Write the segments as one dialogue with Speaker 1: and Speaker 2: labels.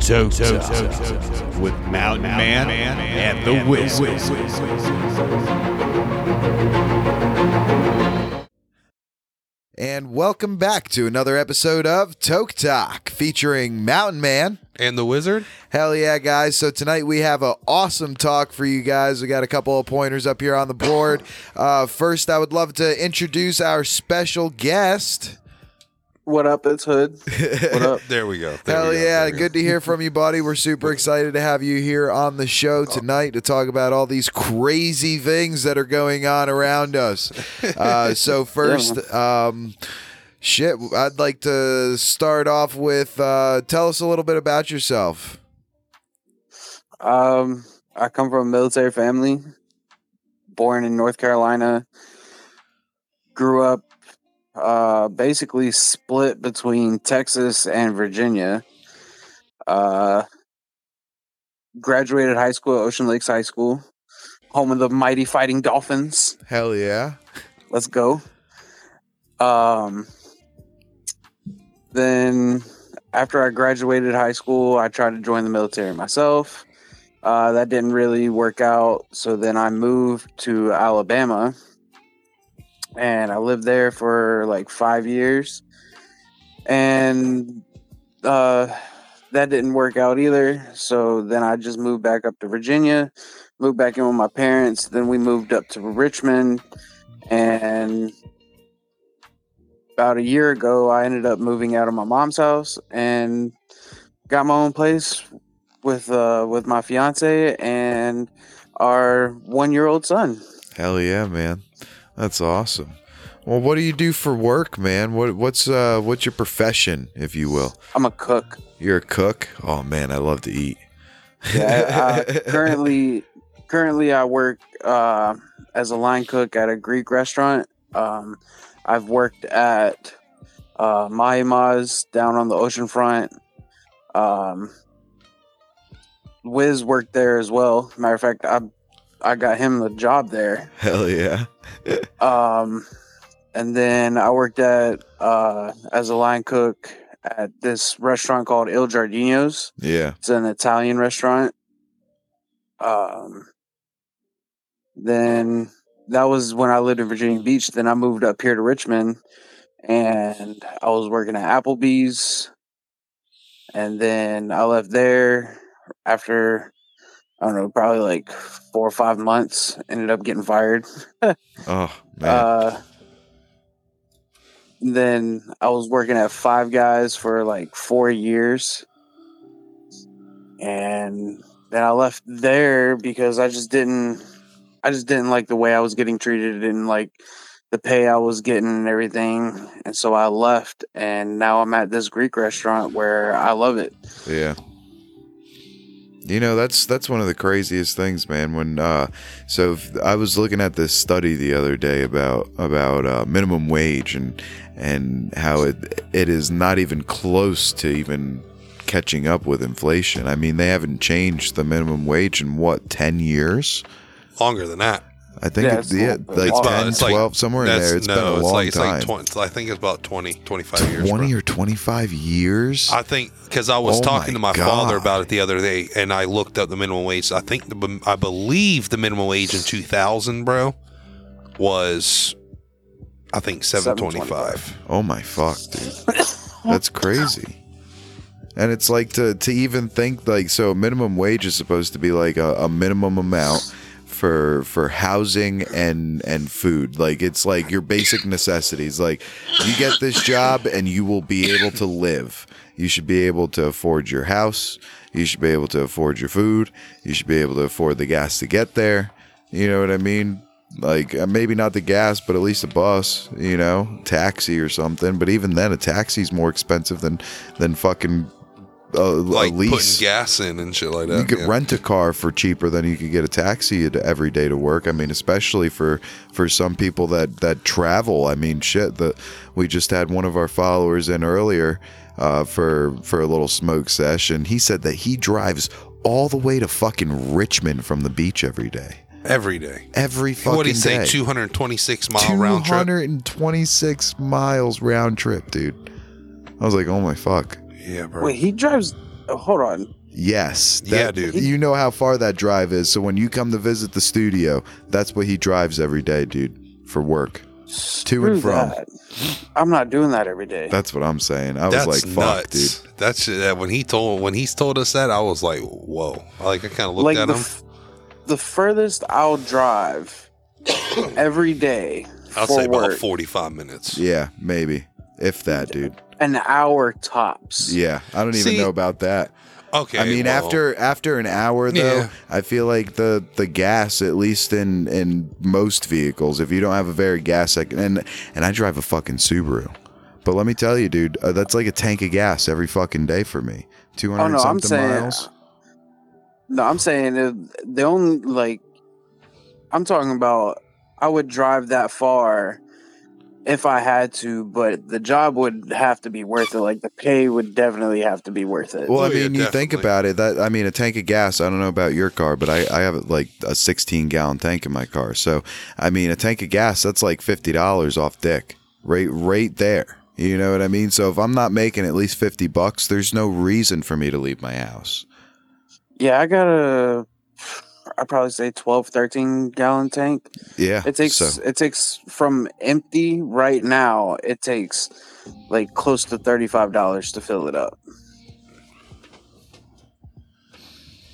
Speaker 1: Toe Toe with Mountain Man and the Whiz.
Speaker 2: And welcome back to another episode of Toke Talk featuring Mountain Man.
Speaker 3: And the wizard?
Speaker 2: Hell yeah, guys. So tonight we have an awesome talk for you guys. We got a couple of pointers up here on the board. Uh, first, I would love to introduce our special guest.
Speaker 4: What up? It's Hood. What up?
Speaker 3: There we go. There
Speaker 2: Hell
Speaker 3: we go,
Speaker 2: yeah.
Speaker 3: there we go.
Speaker 2: Good to hear from you, buddy. We're super excited to have you here on the
Speaker 3: Oh.
Speaker 2: show tonight to talk about all these crazy things that are going on around us. Uh, so, first, um, shit, I'd like to start off with uh, tell us a little bit about yourself.
Speaker 4: Um, I come from a military family. Born in North Carolina. Grew up uh, basically split between Texas and Virginia. Uh, graduated high school at Ocean Lakes High School, home of the mighty Fighting Dolphins.
Speaker 2: Hell yeah.
Speaker 4: Let's go. Um, then after I graduated high school, I tried to join the military myself. Uh, that didn't really work out. So then I moved to Alabama and I lived there for like five years. And uh, that didn't work out either. So then I just moved back up to Virginia, moved back in with my parents. Then we moved up to Richmond and about a year ago i ended up moving out of my mom's house and got my own place with uh with my fiance and our one year old son
Speaker 2: Hell yeah, man. That's awesome. Well, what do you do for work, man? What what's uh what's your profession, if you will?
Speaker 4: i'm a cook
Speaker 2: You're a cook? Oh man, I love to eat.
Speaker 4: yeah, I- I- currently currently i work uh as a line cook at a greek restaurant um i've worked at uh Mayima's down on the ocean front um wiz worked there as well matter of fact i i got him the job there
Speaker 2: Hell yeah.
Speaker 4: Um, and then I worked at uh, as a line cook at this restaurant called Il Giardino's.
Speaker 2: Yeah.
Speaker 4: It's an Italian restaurant. Um, then that was when I lived in Virginia Beach. Then I moved up here to Richmond, and I was working at Applebee's. And then I left there after I don't know, probably like four or five months. Ended up getting fired.
Speaker 2: Oh man.
Speaker 4: Uh, then I was working at Five Guys for like four years. And then I left there because I just didn't I just didn't like the way I was getting treated and like the pay I was getting and everything. And so I left and now I'm at this Greek restaurant where I love it.
Speaker 2: Yeah. You know, that's that's one of the craziest things, man. When uh so if- I was looking at this study the other day about about uh, minimum wage and and how it it is not even close to even catching up with inflation. I mean, they haven't changed the minimum wage in what 10 years?
Speaker 3: Longer than that.
Speaker 2: I think
Speaker 4: Yeah,
Speaker 2: it's,
Speaker 4: it's
Speaker 2: yeah,
Speaker 4: a lot.
Speaker 2: like
Speaker 4: It's about-
Speaker 2: 10,
Speaker 3: it's like-
Speaker 2: 12 somewhere in there. It's been a long
Speaker 3: it's like, It's
Speaker 2: time.
Speaker 3: like 20, it's- I think it's about 20, 25 years.
Speaker 2: 20
Speaker 3: bro.
Speaker 2: or 25 years?
Speaker 3: I think because I was
Speaker 2: Oh
Speaker 3: talking
Speaker 2: my
Speaker 3: to my father
Speaker 2: God.
Speaker 3: about it the other day, and I looked up the minimum wage. I think the, I believe the minimum wage in 2000, bro, was I think 725.
Speaker 2: Oh my fuck, dude. That's crazy. And it's like to to even think like so minimum wage is supposed to be like a, a minimum amount for for housing and and food. Like it's like your basic necessities. Like you get this job and you will be able to live. You should be able to afford your house. You should be able to afford your food. You should be able to afford the gas to get there. You know what I mean? Like uh, maybe not the gas, but at least a bus, you know, taxi or something. But even then, a taxi's more expensive than than fucking uh,
Speaker 3: Like
Speaker 2: a
Speaker 3: putting
Speaker 2: lease.
Speaker 3: gas in and shit like that.
Speaker 2: you could
Speaker 3: yeah.
Speaker 2: rent a car for cheaper than you could get a taxi to- every day to work. I mean, especially for for some people that that travel. I mean, shit. The we just had one of our followers in earlier uh, for for a little smoke session. He said that he drives all the way to fucking Richmond from the beach every day.
Speaker 3: every day.
Speaker 2: Every fucking
Speaker 3: What do you
Speaker 2: day.
Speaker 3: say? 226 mile round trip.
Speaker 2: 226 miles round trip, dude. I was like, oh my fuck.
Speaker 3: Yeah, bro.
Speaker 4: Wait, he drives oh, hold on.
Speaker 2: Yes.
Speaker 3: Yeah,
Speaker 2: that-
Speaker 3: dude.
Speaker 2: You know how far that drive is. So when you come to visit the studio, that's what he drives every day, dude, for work. To and
Speaker 4: Screw
Speaker 2: from.
Speaker 4: that. I'm not doing that every day.
Speaker 2: That's what I'm saying. I was
Speaker 3: That's
Speaker 2: like, fuck, dude.
Speaker 3: nuts. That's that when he told when he's told us that I was like, whoa. Like I kind of looked
Speaker 4: like
Speaker 3: at
Speaker 4: the,
Speaker 3: him.
Speaker 4: f- the furthest I'll drive every day
Speaker 3: I'll
Speaker 4: for
Speaker 3: say about
Speaker 4: work,
Speaker 3: forty five minutes.
Speaker 2: Yeah, maybe. If that, dude.
Speaker 4: an hour tops.
Speaker 2: Yeah. I don't even
Speaker 3: See,
Speaker 2: know about that.
Speaker 3: Okay.
Speaker 2: I mean,
Speaker 3: well,
Speaker 2: after after an hour though,
Speaker 3: Yeah.
Speaker 2: I feel like the the gas, at least in in most vehicles, if you don't have a very gas, like, and and I drive a fucking Subaru, but let me tell you, dude, uh, that's like a tank of gas every fucking day for me. Two hundred
Speaker 4: Oh no,
Speaker 2: something
Speaker 4: I'm saying.
Speaker 2: miles.
Speaker 4: No, I'm saying if- the only like I'm talking about. I would drive that far if I had to, but the job would have to be worth it. Like the pay would definitely have to be worth it.
Speaker 2: Well, I
Speaker 3: Oh, yeah,
Speaker 2: mean, you think
Speaker 3: definitely.
Speaker 2: about it. That I mean, a tank of gas. I don't know about your car, but I, I have like a 16 gallon tank in my car. So I mean, a tank of gas that's like fifty dollars off dick, right? Right there. You know what I mean? So if I'm not making at least fifty bucks, there's no reason for me to leave my house.
Speaker 4: yeah, I got a. I probably say 12, 13 gallon tank.
Speaker 2: Yeah,
Speaker 4: It takes
Speaker 2: So,
Speaker 4: it takes from empty right now. It takes like close to thirty five dollars to fill it up.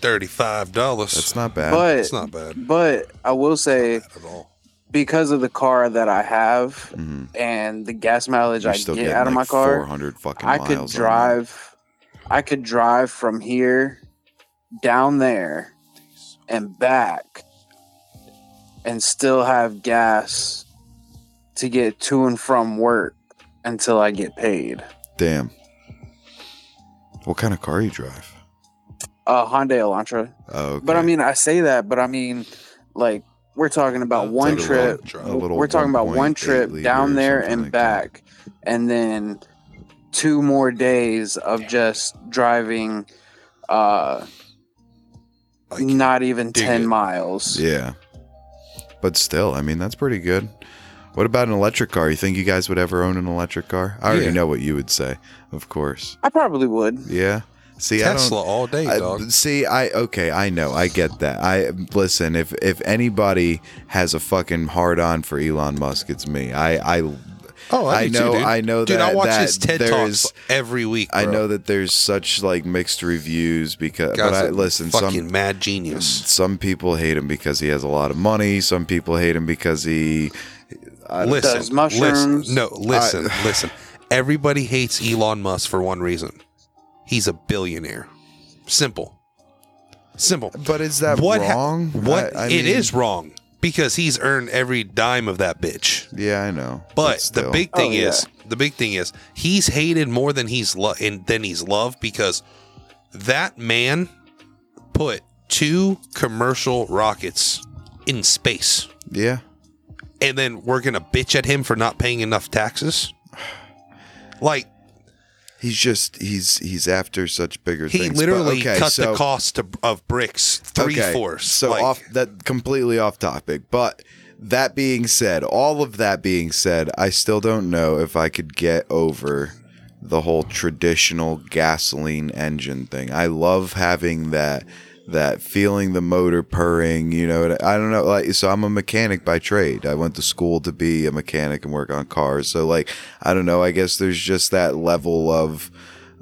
Speaker 3: thirty five dollars.
Speaker 2: that's not bad.
Speaker 4: but
Speaker 3: It's not bad
Speaker 4: but I will say
Speaker 3: at all.
Speaker 4: because of the car that I have
Speaker 2: Mhm.
Speaker 4: and the gas mileage
Speaker 2: You're
Speaker 4: I
Speaker 2: still
Speaker 4: get
Speaker 2: getting,
Speaker 4: out of
Speaker 2: like,
Speaker 4: my car,
Speaker 2: 400 fucking
Speaker 4: I
Speaker 2: miles
Speaker 4: could
Speaker 2: on that.
Speaker 4: drive. I could drive from here down there and back, and still have gas to get to and from work until I get paid.
Speaker 2: Damn. What kind of car you drive?
Speaker 4: Uh, Hyundai Elantra.
Speaker 2: Oh, okay.
Speaker 4: But I mean, I say that, but I mean, like we're talking about
Speaker 3: That's
Speaker 4: one
Speaker 2: like a
Speaker 4: trip.
Speaker 3: long drive.
Speaker 2: A little
Speaker 4: We're talking about one
Speaker 2: 1.8
Speaker 4: trip
Speaker 2: liter or
Speaker 4: down there
Speaker 2: something
Speaker 4: and
Speaker 2: like that.
Speaker 4: back, and then two more days of just driving, uh,
Speaker 3: Like,
Speaker 4: not even
Speaker 3: dig
Speaker 4: ten
Speaker 3: it.
Speaker 4: miles.
Speaker 2: Yeah. But still, I mean, that's pretty good. What about an electric car? You think you guys would ever own an electric car? I already
Speaker 3: Yeah.
Speaker 2: know what you would say, of course.
Speaker 4: I probably would.
Speaker 2: Yeah. See,
Speaker 3: Tesla
Speaker 2: I
Speaker 3: all day,
Speaker 2: don't. I-
Speaker 3: dog.
Speaker 2: see, I okay, I know, I get that. I listen. If if anybody has a fucking hard on for Elon Musk, it's me. I I
Speaker 3: oh, I,
Speaker 2: I
Speaker 3: do too,
Speaker 2: know-
Speaker 3: dude.
Speaker 2: I know
Speaker 3: Dude, I
Speaker 2: that-
Speaker 3: watch
Speaker 2: that
Speaker 3: his TED
Speaker 2: there
Speaker 3: talks
Speaker 2: is-
Speaker 3: every week.
Speaker 2: I
Speaker 3: bro.
Speaker 2: know that there's such like mixed reviews because.
Speaker 3: Guy's
Speaker 2: but I
Speaker 3: a
Speaker 2: listen.
Speaker 3: fucking
Speaker 2: Some
Speaker 3: mad genius.
Speaker 2: some people hate him because he has a lot of money. Some people hate him because he
Speaker 4: Does
Speaker 3: Listen, listen,
Speaker 4: mushrooms.
Speaker 3: no, listen, listen. Everybody hates Elon Musk for one reason. He's a billionaire. Simple, simple.
Speaker 2: But is that
Speaker 3: ha-
Speaker 2: wrong?
Speaker 3: what
Speaker 2: I- I
Speaker 3: it
Speaker 2: mean-
Speaker 3: is wrong because he's earned every dime of that bitch.
Speaker 2: Yeah, I know.
Speaker 3: But the
Speaker 2: still.
Speaker 3: big
Speaker 4: Oh,
Speaker 3: thing
Speaker 4: yeah.
Speaker 3: is, the big thing is, he's hated more than he's lo- and than he's loved because that man put two commercial rockets in space,
Speaker 2: yeah,
Speaker 3: and then we're gonna bitch at him for not paying enough taxes. Like
Speaker 2: he's just he's he's after such bigger
Speaker 3: he
Speaker 2: things. But,
Speaker 3: literally
Speaker 2: okay,
Speaker 3: cut
Speaker 2: so-
Speaker 3: the cost to, of bricks three
Speaker 2: okay,
Speaker 3: fourths.
Speaker 2: So
Speaker 3: Like,
Speaker 2: off that completely off topic. But that being said, all of that being said, I still don't know if I could get over the whole traditional gasoline engine thing. I love having that that feeling the motor purring, you know, and I don't know like so I'm a mechanic by trade. I went to school to be a mechanic and work on cars. So like I don't know, I guess there's just that level of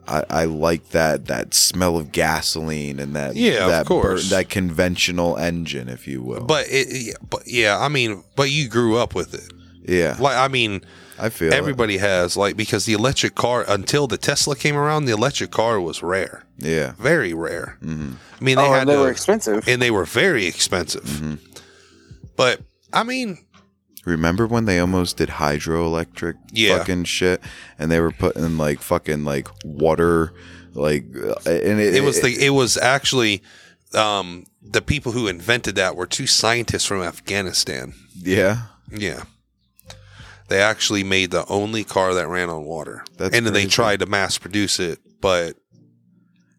Speaker 2: I, I like that that smell of gasoline and that
Speaker 3: Yeah, of
Speaker 2: that
Speaker 3: course.
Speaker 2: that conventional engine if you will.
Speaker 3: but it, yeah, but yeah, I mean, but you grew up with it.
Speaker 2: yeah,
Speaker 3: Like I mean,
Speaker 2: I feel it.
Speaker 3: everybody has like because the electric car until the Tesla came around, the electric car was rare,
Speaker 2: Yeah.
Speaker 3: very rare.
Speaker 2: Mhm.
Speaker 3: I mean, they
Speaker 4: Oh,
Speaker 3: had
Speaker 4: and they
Speaker 3: to-
Speaker 4: were expensive.
Speaker 3: and they were very expensive.
Speaker 2: Mhm.
Speaker 3: But I mean,
Speaker 2: Remember when they almost did hydroelectric
Speaker 3: Yeah.
Speaker 2: fucking shit, and they were putting like fucking like water, like uh, and it,
Speaker 3: it was the it was actually um, the people who invented that were two scientists from Afghanistan.
Speaker 2: yeah.
Speaker 3: Yeah. They actually made the only car that ran on water.
Speaker 2: That's
Speaker 3: and then they
Speaker 2: crazy.
Speaker 3: tried to mass produce it, but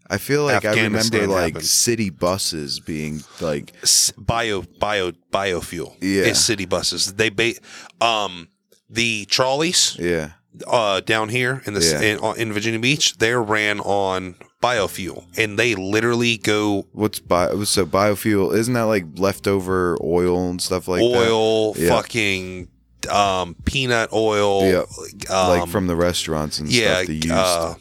Speaker 2: I feel like I remember
Speaker 3: Afghanistan
Speaker 2: like
Speaker 3: happened.
Speaker 2: city buses being like
Speaker 3: s- bio bio biofuel
Speaker 2: Yeah.
Speaker 3: is city buses. They ba- um the trolleys
Speaker 2: yeah
Speaker 3: uh down here in the s
Speaker 2: Yeah.
Speaker 3: in, in Virginia Beach, they ran on biofuel, and they literally go
Speaker 2: What's bio? So biofuel isn't that like leftover oil and stuff like
Speaker 3: oil,
Speaker 2: Yeah.
Speaker 3: fucking um, peanut oil,
Speaker 2: Yeah. that,
Speaker 3: um,
Speaker 2: like from the restaurants and
Speaker 3: yeah,
Speaker 2: stuff. They used
Speaker 3: uh,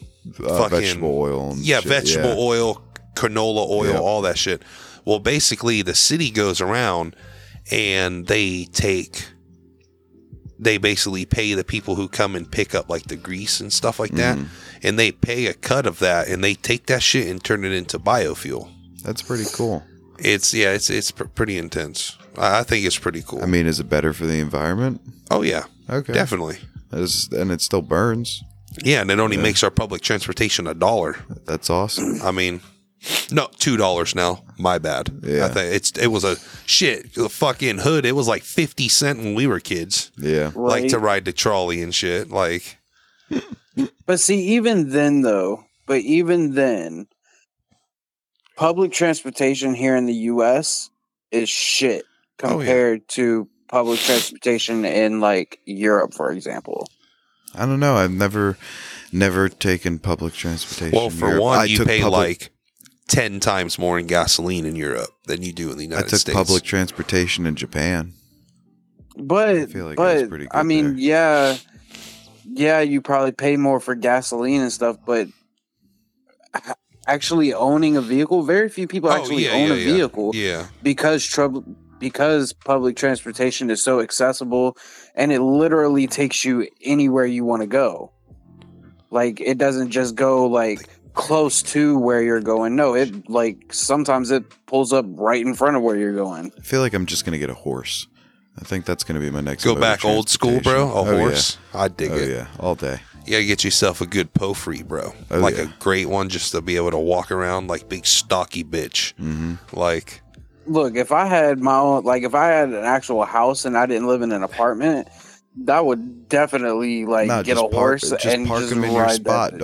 Speaker 2: uh,
Speaker 3: fucking-
Speaker 2: vegetable oil. And
Speaker 3: yeah,
Speaker 2: shit,
Speaker 3: vegetable oil, canola oil,
Speaker 2: Yeah.
Speaker 3: all that shit. Well, basically, the city goes around and they take, they basically pay the people who come and pick up like the grease and stuff like that,
Speaker 2: Mm-hmm.
Speaker 3: and they pay a cut of that, and they take that shit and turn it into biofuel.
Speaker 2: That's pretty cool.
Speaker 3: It's yeah, it's it's pr- pretty intense. I, I think it's pretty cool.
Speaker 2: I mean, is it better for the environment?
Speaker 3: oh yeah,
Speaker 2: Okay,
Speaker 3: definitely.
Speaker 2: That is- and it still burns.
Speaker 3: Yeah, and it only makes our public transportation a dollar.
Speaker 2: That's awesome.
Speaker 3: I mean, no, two dollars now. My bad.
Speaker 2: Yeah.
Speaker 3: I think it's it was a shit the fucking hood. It was like fifty cent when we were kids,
Speaker 2: Yeah,
Speaker 3: like to
Speaker 4: Right?
Speaker 3: ride the trolley and shit. Like,
Speaker 4: But see, even then, though, but even then, public transportation here in the U.S. is shit
Speaker 3: Oh, yeah.
Speaker 4: compared to public transportation in like Europe, for example.
Speaker 2: I don't know. I've never, never taken public transportation.
Speaker 3: well,
Speaker 2: in
Speaker 3: for
Speaker 2: Europe.
Speaker 3: one,
Speaker 2: I
Speaker 3: you
Speaker 2: took
Speaker 3: pay
Speaker 2: public,
Speaker 3: like ten times more in gasoline in Europe than you do in the
Speaker 2: I
Speaker 3: United
Speaker 2: took
Speaker 3: States.
Speaker 2: public transportation in Japan.
Speaker 4: But I
Speaker 2: feel like that's
Speaker 4: but
Speaker 2: pretty
Speaker 4: I
Speaker 2: good
Speaker 4: mean,
Speaker 2: there.
Speaker 4: yeah, yeah, you probably pay more for gasoline and stuff, but actually owning a vehicle, very few people
Speaker 3: Oh,
Speaker 4: actually
Speaker 3: yeah,
Speaker 4: own
Speaker 3: yeah,
Speaker 4: a
Speaker 3: yeah.
Speaker 4: vehicle.
Speaker 3: Yeah,
Speaker 4: because trouble because public transportation is so accessible and it literally takes you anywhere you want to go like it doesn't just go like close to where you're going no it like sometimes it pulls up right in front of where you're going
Speaker 2: I feel like I'm just gonna get a horse. I think that's gonna be my next.
Speaker 3: go
Speaker 2: mode of
Speaker 3: back old school, bro. A
Speaker 2: transportation. Oh, yeah.
Speaker 3: horse, I dig
Speaker 2: Oh
Speaker 3: it.
Speaker 2: yeah, all day.
Speaker 3: You gotta get yourself a good pofree, bro.
Speaker 2: Oh,
Speaker 3: like
Speaker 2: yeah.
Speaker 3: a great one, just to be able to walk around like big stocky bitch.
Speaker 2: hmm
Speaker 3: Like,
Speaker 4: look if i had my own like if i had an actual house and i didn't live in an apartment that would definitely like
Speaker 2: Nah,
Speaker 4: get a
Speaker 2: just park-
Speaker 4: horse
Speaker 2: just
Speaker 4: and
Speaker 2: park
Speaker 4: just
Speaker 2: them in your
Speaker 4: ride that
Speaker 2: spot,
Speaker 4: bitch.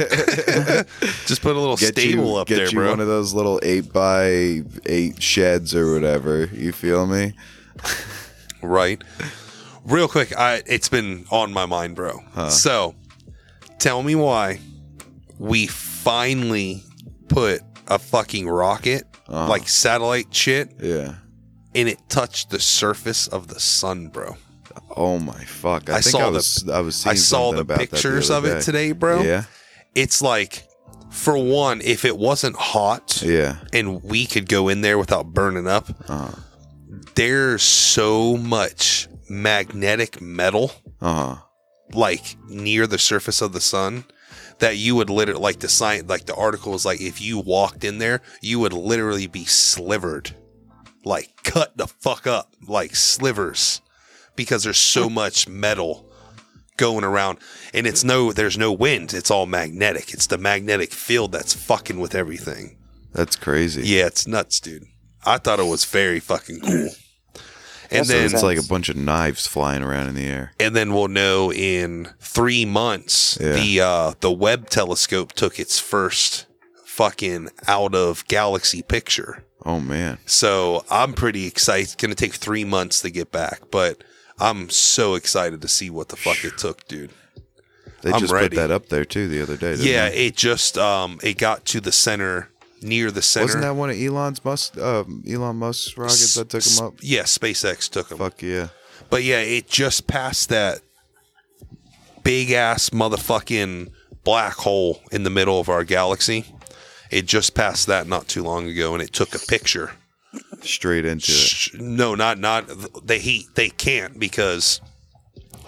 Speaker 2: dog.
Speaker 3: just put a little stable
Speaker 2: you,
Speaker 3: up
Speaker 2: get
Speaker 3: there,
Speaker 2: you
Speaker 3: bro.
Speaker 2: one of those little eight by eight sheds or whatever. You feel me?
Speaker 3: right? Real quick, I it's been on my mind, bro. So, tell me why we finally put a fucking rocket,
Speaker 2: Uh-huh.
Speaker 3: like satellite shit,
Speaker 2: Yeah.
Speaker 3: and it touched the surface of the sun, bro.
Speaker 2: Oh my fuck! I,
Speaker 3: I
Speaker 2: think
Speaker 3: saw
Speaker 2: I
Speaker 3: the-
Speaker 2: was I was seeing
Speaker 3: I saw
Speaker 2: something
Speaker 3: the
Speaker 2: about that
Speaker 3: pictures
Speaker 2: other
Speaker 3: of it
Speaker 2: day.
Speaker 3: today, bro.
Speaker 2: Yeah,
Speaker 3: It's like for one, if it wasn't hot
Speaker 2: yeah.
Speaker 3: and we could go in there without burning up,
Speaker 2: Uh huh.
Speaker 3: there's so much magnetic metal
Speaker 2: Uh-huh.
Speaker 3: like near the surface of the sun that you would literally like the science like the article was like if you walked in there you would literally be slivered like cut the fuck up like slivers because there's so much metal going around and it's no there's no wind it's all magnetic it's the magnetic field that's fucking with everything
Speaker 2: That's crazy.
Speaker 3: yeah it's nuts dude i thought it was very fucking cool and
Speaker 4: That
Speaker 3: then
Speaker 4: sounds
Speaker 2: It's like a bunch of knives flying around in the air.
Speaker 3: and then we'll know in three months
Speaker 2: Yeah.
Speaker 3: the uh, the Webb telescope took its first fucking out of galaxy picture.
Speaker 2: Oh man,
Speaker 3: So I'm pretty excited. It's gonna take three months to get back, but I'm so excited to see what the fuck it took, dude.
Speaker 2: they
Speaker 3: I'm
Speaker 2: just
Speaker 3: ready.
Speaker 2: put that up there too the other day. Didn't
Speaker 3: Yeah,
Speaker 2: they?
Speaker 3: it just um it got to the center near the center.
Speaker 2: wasn't that one of Elon's Musk? Um, Elon Musk's rockets that took him up.
Speaker 3: Yeah, SpaceX took him.
Speaker 2: Fuck yeah.
Speaker 3: But yeah, it just passed that big ass motherfucking black hole in the middle of our galaxy. It just passed that not too long ago, and it took a picture.
Speaker 2: Straight into it.
Speaker 3: Sh- No, not not they he they can't because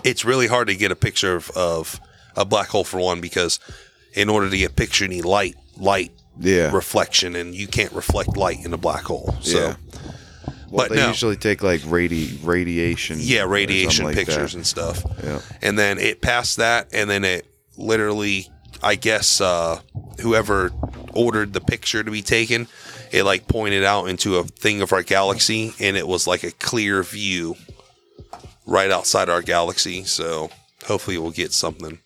Speaker 3: it's really hard to get a picture of, of a black hole for one because in order to get picture you need light light
Speaker 2: Yeah.
Speaker 3: reflection and you can't reflect light in a black hole. So
Speaker 2: Yeah.
Speaker 3: but
Speaker 2: they
Speaker 3: no.
Speaker 2: usually take like radi- radiation. or
Speaker 3: yeah
Speaker 2: something
Speaker 3: radiation
Speaker 2: like that.
Speaker 3: pictures and stuff
Speaker 2: Yeah.
Speaker 3: and then it passed that and then it literally i guess uh whoever ordered the picture to be taken it like pointed out into a thing of our galaxy and it was like a clear view right outside our galaxy so hopefully we'll get something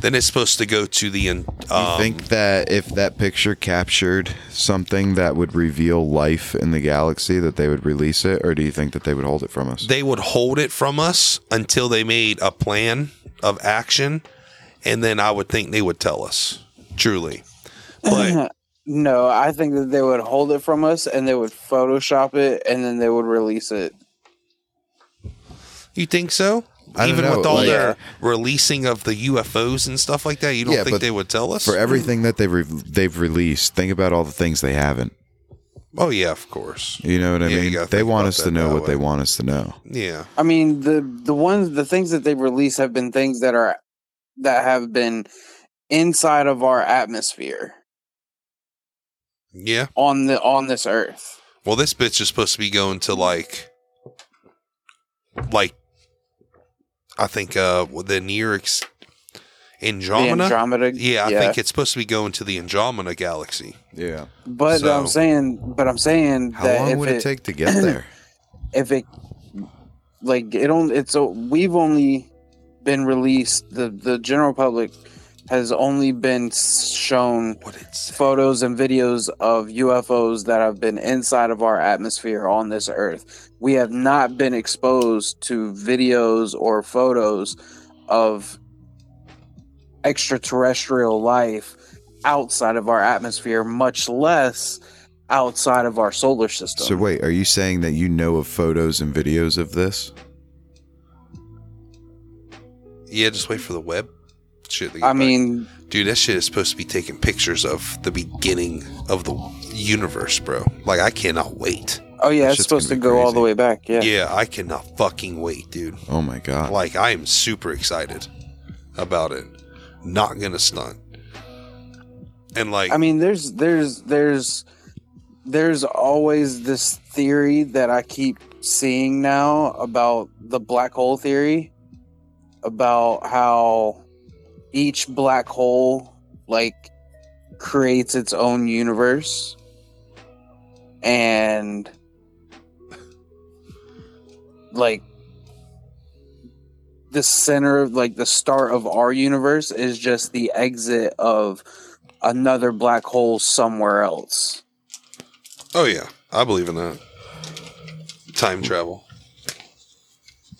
Speaker 3: then it's supposed to go to the um,
Speaker 2: You think that if that picture captured something that would reveal life in the galaxy, that they would release it, or do you think that they would hold it from us?
Speaker 3: they would hold it from us until they made a plan of action and then i would think they would tell us truly.
Speaker 4: Uh-huh.
Speaker 3: But
Speaker 4: no, I think that they would hold it from us and they would Photoshop it and then they would release it.
Speaker 3: you think so?
Speaker 2: I don't
Speaker 3: Even
Speaker 2: know,
Speaker 3: with all
Speaker 2: like-
Speaker 3: their releasing of the UFOs and stuff like that, you don't
Speaker 2: Yeah,
Speaker 3: think
Speaker 2: but
Speaker 3: they would tell us?
Speaker 2: for e- everything that they've re- they've released. Think about all the things they haven't.
Speaker 3: oh yeah, of course.
Speaker 2: You know what I
Speaker 3: Yeah, you
Speaker 2: mean?
Speaker 3: gotta
Speaker 2: They
Speaker 3: think
Speaker 2: want
Speaker 3: about
Speaker 2: us to
Speaker 3: that
Speaker 2: know
Speaker 3: that
Speaker 2: what they
Speaker 3: way.
Speaker 2: want us to know.
Speaker 3: Yeah.
Speaker 4: I mean the the ones the things that they've released have been things that are that have been inside of our atmosphere
Speaker 3: Yeah.
Speaker 4: on the on this earth.
Speaker 3: Well, this bitch is supposed to be going to like, like, I think uh the near ex-
Speaker 4: The
Speaker 3: Andromeda.
Speaker 4: Andromeda.
Speaker 3: yeah, I think it's supposed to be going to the Andromeda galaxy.
Speaker 2: Yeah.
Speaker 4: But I'm
Speaker 3: so-
Speaker 4: saying but I'm saying
Speaker 2: How
Speaker 4: that
Speaker 2: long
Speaker 4: if
Speaker 2: would
Speaker 4: it,
Speaker 2: it, take to get there?
Speaker 4: if it like it only it's a, we've only been released the the general public has only been shown
Speaker 3: What it's
Speaker 4: photos and videos of UFOs that have been inside of our atmosphere on this earth. We have not been exposed to videos or photos of extraterrestrial life outside of our atmosphere, much less outside of our solar system.
Speaker 2: so wait, are you saying that you know of photos and videos of this?
Speaker 3: yeah, just wait for the web. Shit, they get
Speaker 4: I
Speaker 3: back.
Speaker 4: mean,
Speaker 3: dude, that shit is supposed to be taking pictures of the beginning of the universe, bro. Like, I cannot wait.
Speaker 4: oh yeah,
Speaker 2: That
Speaker 4: it's
Speaker 2: shit's
Speaker 4: supposed to
Speaker 2: gonna be
Speaker 4: go all the
Speaker 2: crazy.
Speaker 4: way back. Yeah.
Speaker 3: yeah, I cannot fucking wait, dude.
Speaker 2: Oh my god.
Speaker 3: Like, I am super excited about it. Not gonna stunt. And like,
Speaker 4: I mean, there's there's there's there's always this theory that I keep seeing now about the black hole theory about how each black hole like creates its own universe and like the center like the start of our universe is just the exit of another black hole somewhere else.
Speaker 3: oh yeah, I believe in that. Time travel.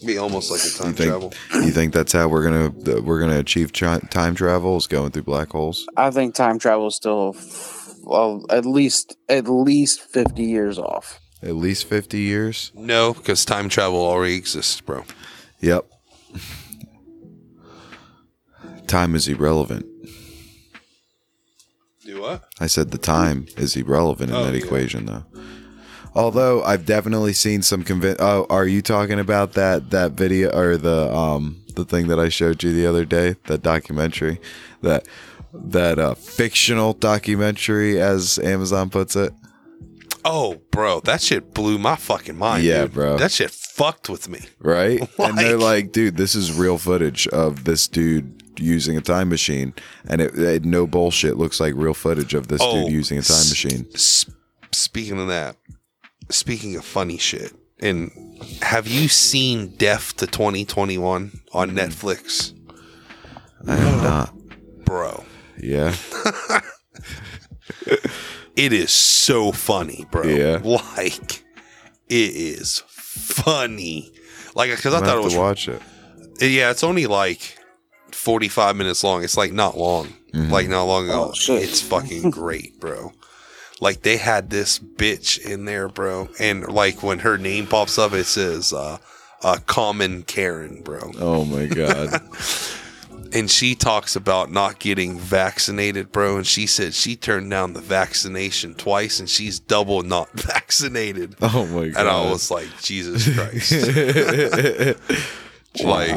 Speaker 3: Be almost like a time
Speaker 2: You think-
Speaker 3: travel.
Speaker 2: you think that's how we're gonna that we're gonna achieve chi- time travel? Is going through black holes?
Speaker 4: I think time travel is still well, at least at least 50 years off.
Speaker 2: At least fifty years.
Speaker 3: No, because time travel already exists, bro.
Speaker 2: Yep. Time is irrelevant.
Speaker 3: Do what?
Speaker 2: I said the time is irrelevant in
Speaker 3: Oh,
Speaker 2: that
Speaker 3: yeah.
Speaker 2: equation, though. Although I've definitely seen some convince. Oh, are you talking about that that video or the um the thing that I showed you the other day? That documentary, that that uh, fictional documentary, as Amazon puts it.
Speaker 3: Oh, bro, that shit blew my fucking mind.
Speaker 2: Yeah,
Speaker 3: dude.
Speaker 2: bro.
Speaker 3: That shit fucked with me.
Speaker 2: right? and they're
Speaker 3: Like-
Speaker 2: like, dude, this is real footage of this dude using a time machine, and it, it no bullshit looks like real footage of this
Speaker 3: Oh,
Speaker 2: dude using a time
Speaker 3: s-
Speaker 2: machine.
Speaker 3: S- speaking of that, speaking of funny shit, and have you seen Deaf to 2021
Speaker 2: Mm-hmm.
Speaker 3: on Netflix?
Speaker 2: I am not.
Speaker 3: Bro,
Speaker 2: Yeah,
Speaker 3: it is so funny, bro.
Speaker 2: Yeah.
Speaker 3: Like, it is funny. Like, because I
Speaker 2: I
Speaker 3: thought
Speaker 2: have
Speaker 3: it was,
Speaker 2: to watch it.
Speaker 3: yeah, it's only like 45 minutes long. It's like not long.
Speaker 2: Mm-hmm.
Speaker 3: Like, not long at
Speaker 4: Oh,
Speaker 3: all.
Speaker 4: shit.
Speaker 3: It's fucking great, bro. Like, they had this bitch in there, bro. And, like, when her name pops up, it says, uh, uh, common Karen, bro.
Speaker 2: Oh my god.
Speaker 3: and she talks about not getting vaccinated, bro. And she said she turned down the vaccination twice, and she's double not vaccinated.
Speaker 2: Oh my god.
Speaker 3: And I was like, Jesus Christ! like,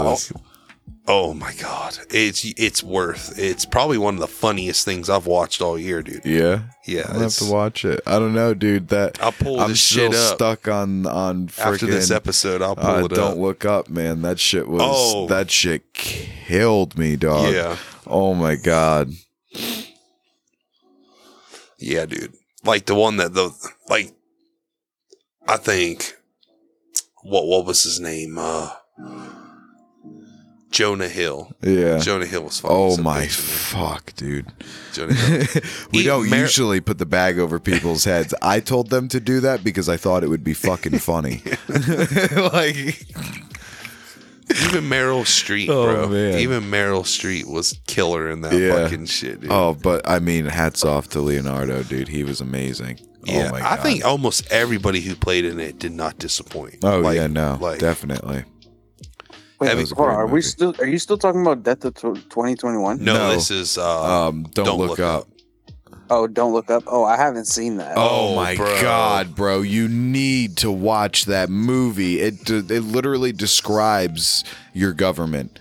Speaker 3: oh,
Speaker 2: Jesus.
Speaker 3: my God, it's it's worth. It's probably one of the funniest things I've watched all year, dude.
Speaker 2: yeah.
Speaker 3: Yeah,
Speaker 2: I have
Speaker 3: it's-
Speaker 2: to watch it. I don't know, dude. That
Speaker 3: I'll pull
Speaker 2: I'm
Speaker 3: this
Speaker 2: still
Speaker 3: shit up.
Speaker 2: stuck on on freaking,
Speaker 3: after this episode, I'll pull
Speaker 2: uh,
Speaker 3: it
Speaker 2: don't
Speaker 3: up.
Speaker 2: look up, man. That shit was
Speaker 3: Oh.
Speaker 2: that shit killed me, dog.
Speaker 3: yeah,
Speaker 2: Oh my god.
Speaker 3: yeah, dude. Like the one that the like, I think what what was his name? Uh Jonah Hill.
Speaker 2: Yeah.
Speaker 3: Jonah Hill was funny.
Speaker 2: Oh
Speaker 3: So
Speaker 2: my
Speaker 3: bitch, man.
Speaker 2: fuck, dude.
Speaker 3: Jonah Hill.
Speaker 2: we
Speaker 3: Eat
Speaker 2: don't
Speaker 3: Mar-
Speaker 2: usually put the bag over people's heads. I told them to do that because I thought it would be fucking funny. like,
Speaker 3: You Even Meryl Streep,
Speaker 5: Oh,
Speaker 3: bro.
Speaker 5: man.
Speaker 3: Even Meryl Streep was killer in that
Speaker 2: Yeah.
Speaker 3: fucking shit, dude.
Speaker 2: Oh, but I mean, hats off to Leonardo, dude. He was amazing.
Speaker 3: yeah,
Speaker 2: oh my
Speaker 3: I
Speaker 2: God.
Speaker 3: think almost everybody who played in it did not disappoint.
Speaker 2: Oh
Speaker 3: Like-
Speaker 2: yeah, no,
Speaker 3: like-
Speaker 2: definitely.
Speaker 4: Wait,
Speaker 3: That
Speaker 2: was a
Speaker 4: hold on.
Speaker 2: great
Speaker 4: Are we
Speaker 2: movie.
Speaker 4: still? Are you still talking about Death of Twenty Twenty One?
Speaker 3: No,
Speaker 2: No.
Speaker 3: this is uh,
Speaker 2: Um, don't, look, up.
Speaker 4: Oh, don't look up. Oh, I haven't seen that.
Speaker 2: Oh,
Speaker 3: Oh,
Speaker 2: my
Speaker 3: bro.
Speaker 2: god, bro! You need to watch that movie. It d- it literally describes your government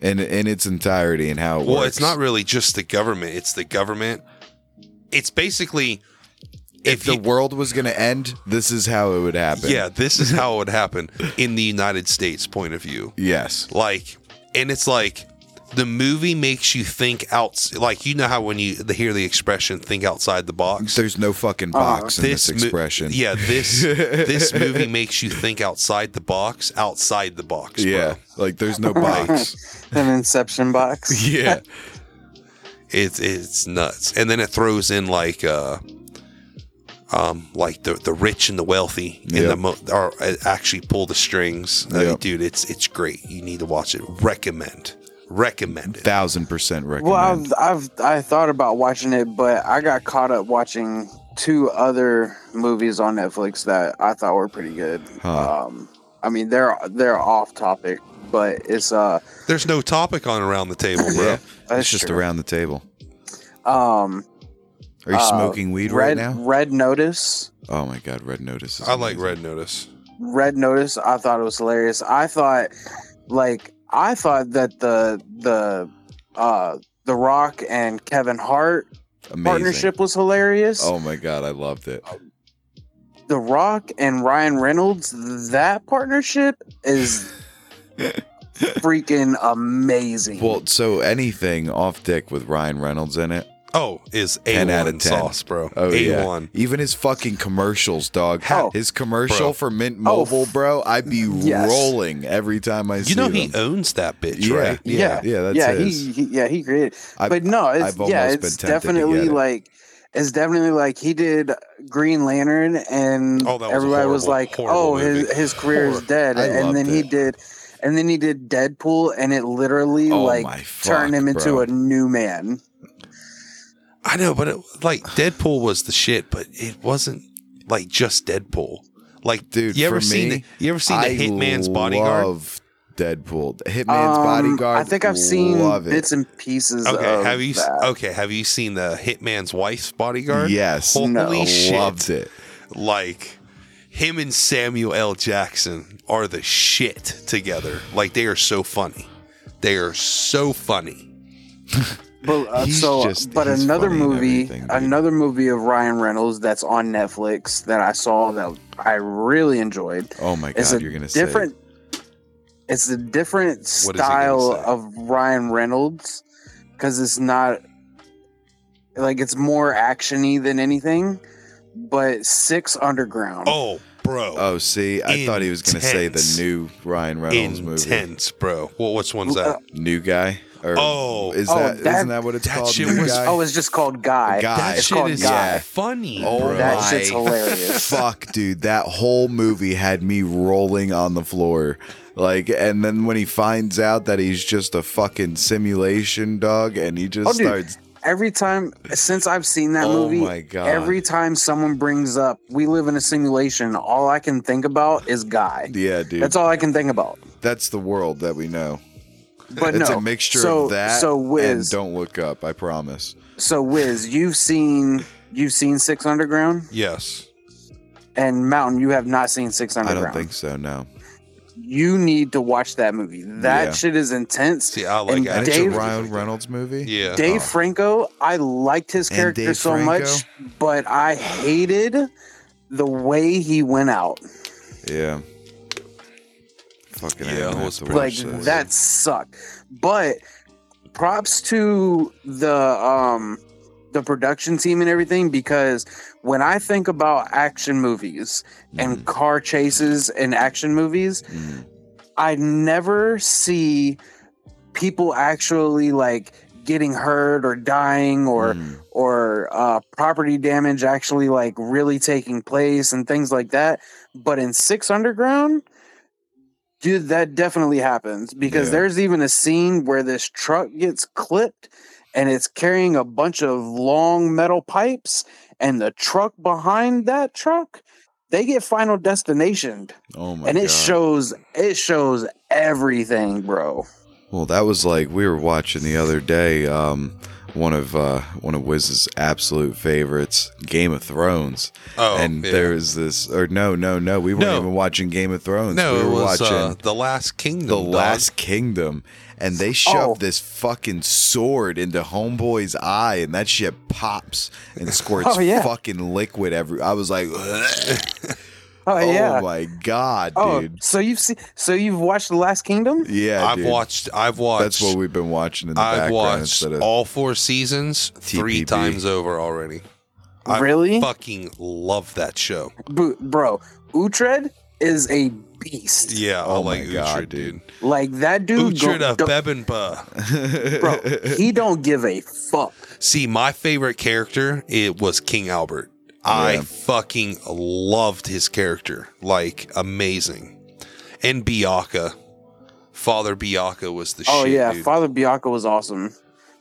Speaker 2: in in its entirety and how it
Speaker 3: Well,
Speaker 2: works.
Speaker 3: it's not really just the government. It's the government. It's basically
Speaker 2: If
Speaker 3: if
Speaker 2: the
Speaker 3: you-
Speaker 2: world was gonna end, this is how it would happen.
Speaker 3: yeah, this is how it would happen in the United States point of view.
Speaker 2: Yes.
Speaker 3: Like, and it's like the movie makes you think out. Like you know how when you hear the expression "think outside the box."
Speaker 2: There's no fucking
Speaker 4: Uh-huh.
Speaker 2: box in this,
Speaker 3: mo-
Speaker 2: expression.
Speaker 3: yeah, this this movie makes you think outside the box. Outside the box. bro.
Speaker 2: Yeah. Like there's no box.
Speaker 4: An Inception box.
Speaker 2: yeah.
Speaker 3: it's it's nuts and then it throws in like uh um like the the rich and the wealthy and the
Speaker 2: Yep.
Speaker 3: mo- are uh, actually pull the strings I mean,
Speaker 2: Yep.
Speaker 3: dude it's it's great you need to watch it recommend recommend it
Speaker 2: Thousand percent recommend.
Speaker 4: Well, I've, I've I thought about watching it, but I got caught up watching two other movies on Netflix that I thought were pretty good.
Speaker 2: Huh.
Speaker 4: Um, I mean, they're they're off topic, but it's uh,
Speaker 3: there's no topic on around the table bro
Speaker 2: Yeah.
Speaker 4: that's
Speaker 2: it's just
Speaker 4: true.
Speaker 2: around the table.
Speaker 4: Um,
Speaker 2: Are you
Speaker 4: uh,
Speaker 2: smoking weed right
Speaker 4: Red,
Speaker 2: now?
Speaker 4: Red Notice.
Speaker 2: Oh my god, Red Notice. Is
Speaker 3: i like
Speaker 2: amazing.
Speaker 3: red notice
Speaker 4: Red Notice, I thought it was hilarious. I thought like I thought that the the uh The Rock and Kevin Hart
Speaker 2: Amazing.
Speaker 4: partnership was hilarious.
Speaker 2: Oh my god, I loved it.
Speaker 4: The Rock and Ryan Reynolds, that partnership is freaking amazing.
Speaker 2: Well, so anything off dick with Ryan Reynolds in it.
Speaker 3: oh is a
Speaker 2: 10
Speaker 3: one
Speaker 2: out of 10.
Speaker 3: sauce bro
Speaker 2: Oh yeah.
Speaker 3: a1
Speaker 2: Even his fucking commercials, dog.
Speaker 4: Oh.
Speaker 2: His commercial
Speaker 3: Bro.
Speaker 2: for Mint
Speaker 4: Oh,
Speaker 2: Mobile,
Speaker 4: f-
Speaker 2: bro. I'd be
Speaker 4: Yes.
Speaker 2: rolling every time I see
Speaker 3: you know he uh,
Speaker 2: them.
Speaker 3: owns that bitch
Speaker 2: yeah,
Speaker 3: right
Speaker 2: yeah, yeah, that's
Speaker 4: yeah,
Speaker 2: his.
Speaker 4: he, he yeah, he created
Speaker 2: I-
Speaker 4: but no, it's
Speaker 2: I've almost
Speaker 4: yeah,
Speaker 2: been
Speaker 4: it's
Speaker 2: tempted to get
Speaker 4: definitely
Speaker 2: it.
Speaker 4: like it's definitely like he did Green Lantern, and
Speaker 3: Oh, that was a
Speaker 4: everybody was
Speaker 3: horrible,
Speaker 4: like,
Speaker 3: horrible
Speaker 4: "Oh, his
Speaker 3: movie.
Speaker 4: his career is
Speaker 3: Horrible.
Speaker 4: dead,"
Speaker 2: I
Speaker 4: and then
Speaker 2: loved
Speaker 4: he
Speaker 2: it.
Speaker 4: did, and then he did Deadpool, and it literally
Speaker 2: Oh my
Speaker 4: like
Speaker 2: fuck,
Speaker 4: turned him into
Speaker 2: bro.
Speaker 4: a new man.
Speaker 3: I know, but it, like Deadpool was the shit, but it wasn't like just Deadpool. Like,
Speaker 2: Dude,
Speaker 3: you ever
Speaker 2: for
Speaker 3: seen
Speaker 2: me,
Speaker 3: the, you ever seen the
Speaker 2: I
Speaker 3: Hitman's Bodyguard?
Speaker 2: Love Deadpool. Hitman's
Speaker 4: Um,
Speaker 2: Bodyguard.
Speaker 4: I think I've seen
Speaker 2: love it.
Speaker 4: bits and pieces.
Speaker 3: Okay,
Speaker 4: of
Speaker 3: have you
Speaker 4: that.
Speaker 3: okay? Have you seen the Hitman's wife's bodyguard?
Speaker 2: Yes.
Speaker 3: holy
Speaker 4: No.
Speaker 3: shit!
Speaker 2: Loved it.
Speaker 3: Like him and Samuel L. Jackson are the shit together. Like they are so funny. They are so funny.
Speaker 4: But uh,
Speaker 2: He's
Speaker 4: so,
Speaker 2: just-
Speaker 4: but
Speaker 2: he's
Speaker 4: another
Speaker 2: funny in
Speaker 4: movie,
Speaker 2: everything, dude.
Speaker 4: another movie of Ryan Reynolds that's on Netflix that I saw that I really enjoyed.
Speaker 2: Oh my
Speaker 4: It's
Speaker 2: god,
Speaker 4: a
Speaker 2: you're gonna
Speaker 4: different. It's a different
Speaker 3: What is he gonna
Speaker 4: style
Speaker 3: say?
Speaker 4: of Ryan Reynolds because it's not like it's more actiony than anything. But Six Underground.
Speaker 3: Oh, bro,
Speaker 2: say. Oh, see, I thought he was gonna say the
Speaker 3: Intense.
Speaker 2: new Ryan Reynolds movie,
Speaker 3: intense, bro. Well, which one's that?
Speaker 4: Uh,
Speaker 2: new guy. Or
Speaker 3: Oh.
Speaker 2: is
Speaker 4: Oh,
Speaker 2: that,
Speaker 4: that-
Speaker 2: isn't that what it's
Speaker 3: that
Speaker 2: called?
Speaker 3: shit
Speaker 2: New
Speaker 3: was-
Speaker 2: guy.
Speaker 4: oh, it's just called Guy.
Speaker 2: Guy.
Speaker 3: that
Speaker 2: Ah, it's
Speaker 3: shit
Speaker 4: called
Speaker 3: is
Speaker 2: Guy.
Speaker 3: funny,
Speaker 2: Oh
Speaker 3: bro.
Speaker 4: That shit's
Speaker 2: my
Speaker 4: hilarious.
Speaker 2: fuck, dude. That whole movie had me rolling on the floor. Like, and then when he finds out that he's just a fucking simulation dog, and he just
Speaker 4: Oh, dude.
Speaker 2: starts.
Speaker 4: Every time since I've seen that
Speaker 2: Oh
Speaker 4: movie,
Speaker 2: my God.
Speaker 4: every time someone brings up "We live in a simulation," all I can think about is Guy.
Speaker 2: Yeah, dude.
Speaker 4: That's all I can think about.
Speaker 2: That's the world that we know.
Speaker 4: But
Speaker 2: it's
Speaker 4: no,
Speaker 2: a mixture
Speaker 4: so,
Speaker 2: of that
Speaker 4: So
Speaker 2: and
Speaker 4: Wiz,
Speaker 2: don't look up. I promise.
Speaker 4: So Wiz, you've seen you've seen Six Underground
Speaker 3: Yes.
Speaker 4: and Mountain, you have not seen Six
Speaker 2: I
Speaker 4: Underground.
Speaker 2: don't think so. No.
Speaker 4: you need to watch that movie. That
Speaker 2: Yeah.
Speaker 4: shit is intense.
Speaker 3: See, I like
Speaker 2: And
Speaker 4: And
Speaker 3: action
Speaker 2: it's a
Speaker 4: Dave-
Speaker 3: movies
Speaker 2: Ryan
Speaker 3: like that.
Speaker 2: Reynolds movie.
Speaker 3: Yeah.
Speaker 4: Dave
Speaker 2: Oh.
Speaker 4: Franco, I liked his
Speaker 2: And
Speaker 4: character
Speaker 2: Dave
Speaker 4: so
Speaker 2: Franco?
Speaker 4: much, but I hated the way he went out.
Speaker 2: Yeah. Fucking
Speaker 3: Yeah,
Speaker 2: I
Speaker 3: it
Speaker 2: have
Speaker 3: was
Speaker 2: to
Speaker 3: pretty
Speaker 4: Like
Speaker 2: watch this.
Speaker 4: that sucked. But props to the um the production team and everything because when I think about action movies and car chases and action movies,
Speaker 2: Mm.
Speaker 4: I never see people actually like getting hurt or dying or
Speaker 2: Mm.
Speaker 4: or uh, property damage actually like really taking place and things like that. But in Six Underground, Dude, that definitely happens because
Speaker 2: Yeah.
Speaker 4: there's even a scene where this truck gets clipped and it's carrying a bunch of long metal pipes, and the truck behind that truck, they get final destination.
Speaker 2: Oh my
Speaker 4: And it
Speaker 2: god.
Speaker 4: shows it shows everything, bro.
Speaker 2: Well, that was like we were watching the other day. Um, one of uh, one of Wiz's absolute favorites, Game of Thrones,
Speaker 3: Oh,
Speaker 2: and
Speaker 3: yeah.
Speaker 2: there was this. Or no, no, no, we weren't
Speaker 3: No.
Speaker 2: even watching Game of Thrones.
Speaker 3: no,
Speaker 2: we
Speaker 3: it
Speaker 2: were
Speaker 3: was
Speaker 2: watching
Speaker 3: uh, the Last Kingdom.
Speaker 2: The
Speaker 3: dog.
Speaker 2: Last Kingdom, and they shoved
Speaker 4: Oh.
Speaker 2: this fucking sword into Homeboy's eye, and that shit pops and squirts
Speaker 4: Oh, yeah.
Speaker 2: fucking liquid every. I was like, oh,
Speaker 4: Oh, yeah.
Speaker 2: my god,
Speaker 4: oh,
Speaker 2: dude.
Speaker 4: so you've seen so you've watched The Last Kingdom?
Speaker 2: Yeah,
Speaker 3: I've
Speaker 2: dude.
Speaker 3: watched. I've watched.
Speaker 2: That's what we've been watching in the
Speaker 3: I've
Speaker 2: background
Speaker 3: watched
Speaker 2: instead of
Speaker 3: all four seasons three
Speaker 2: TPB.
Speaker 3: times over already. I
Speaker 4: really?
Speaker 3: Fucking love that show.
Speaker 4: Bu- bro, Utred is a beast.
Speaker 3: Yeah, I
Speaker 2: Oh
Speaker 3: like
Speaker 2: my God,
Speaker 3: Uhtred, dude.
Speaker 4: Like that dude, go-
Speaker 3: Uhtred uh, of
Speaker 4: don't-
Speaker 3: Bebinba.
Speaker 4: bro, he don't give a fuck.
Speaker 3: See, my favorite character it was King Albert. I
Speaker 2: Yeah.
Speaker 3: fucking loved his character, like amazing. And Biaka, Father Biaka was the
Speaker 4: Oh
Speaker 3: shit.
Speaker 4: yeah,
Speaker 3: dude.
Speaker 4: Father Bianca was awesome.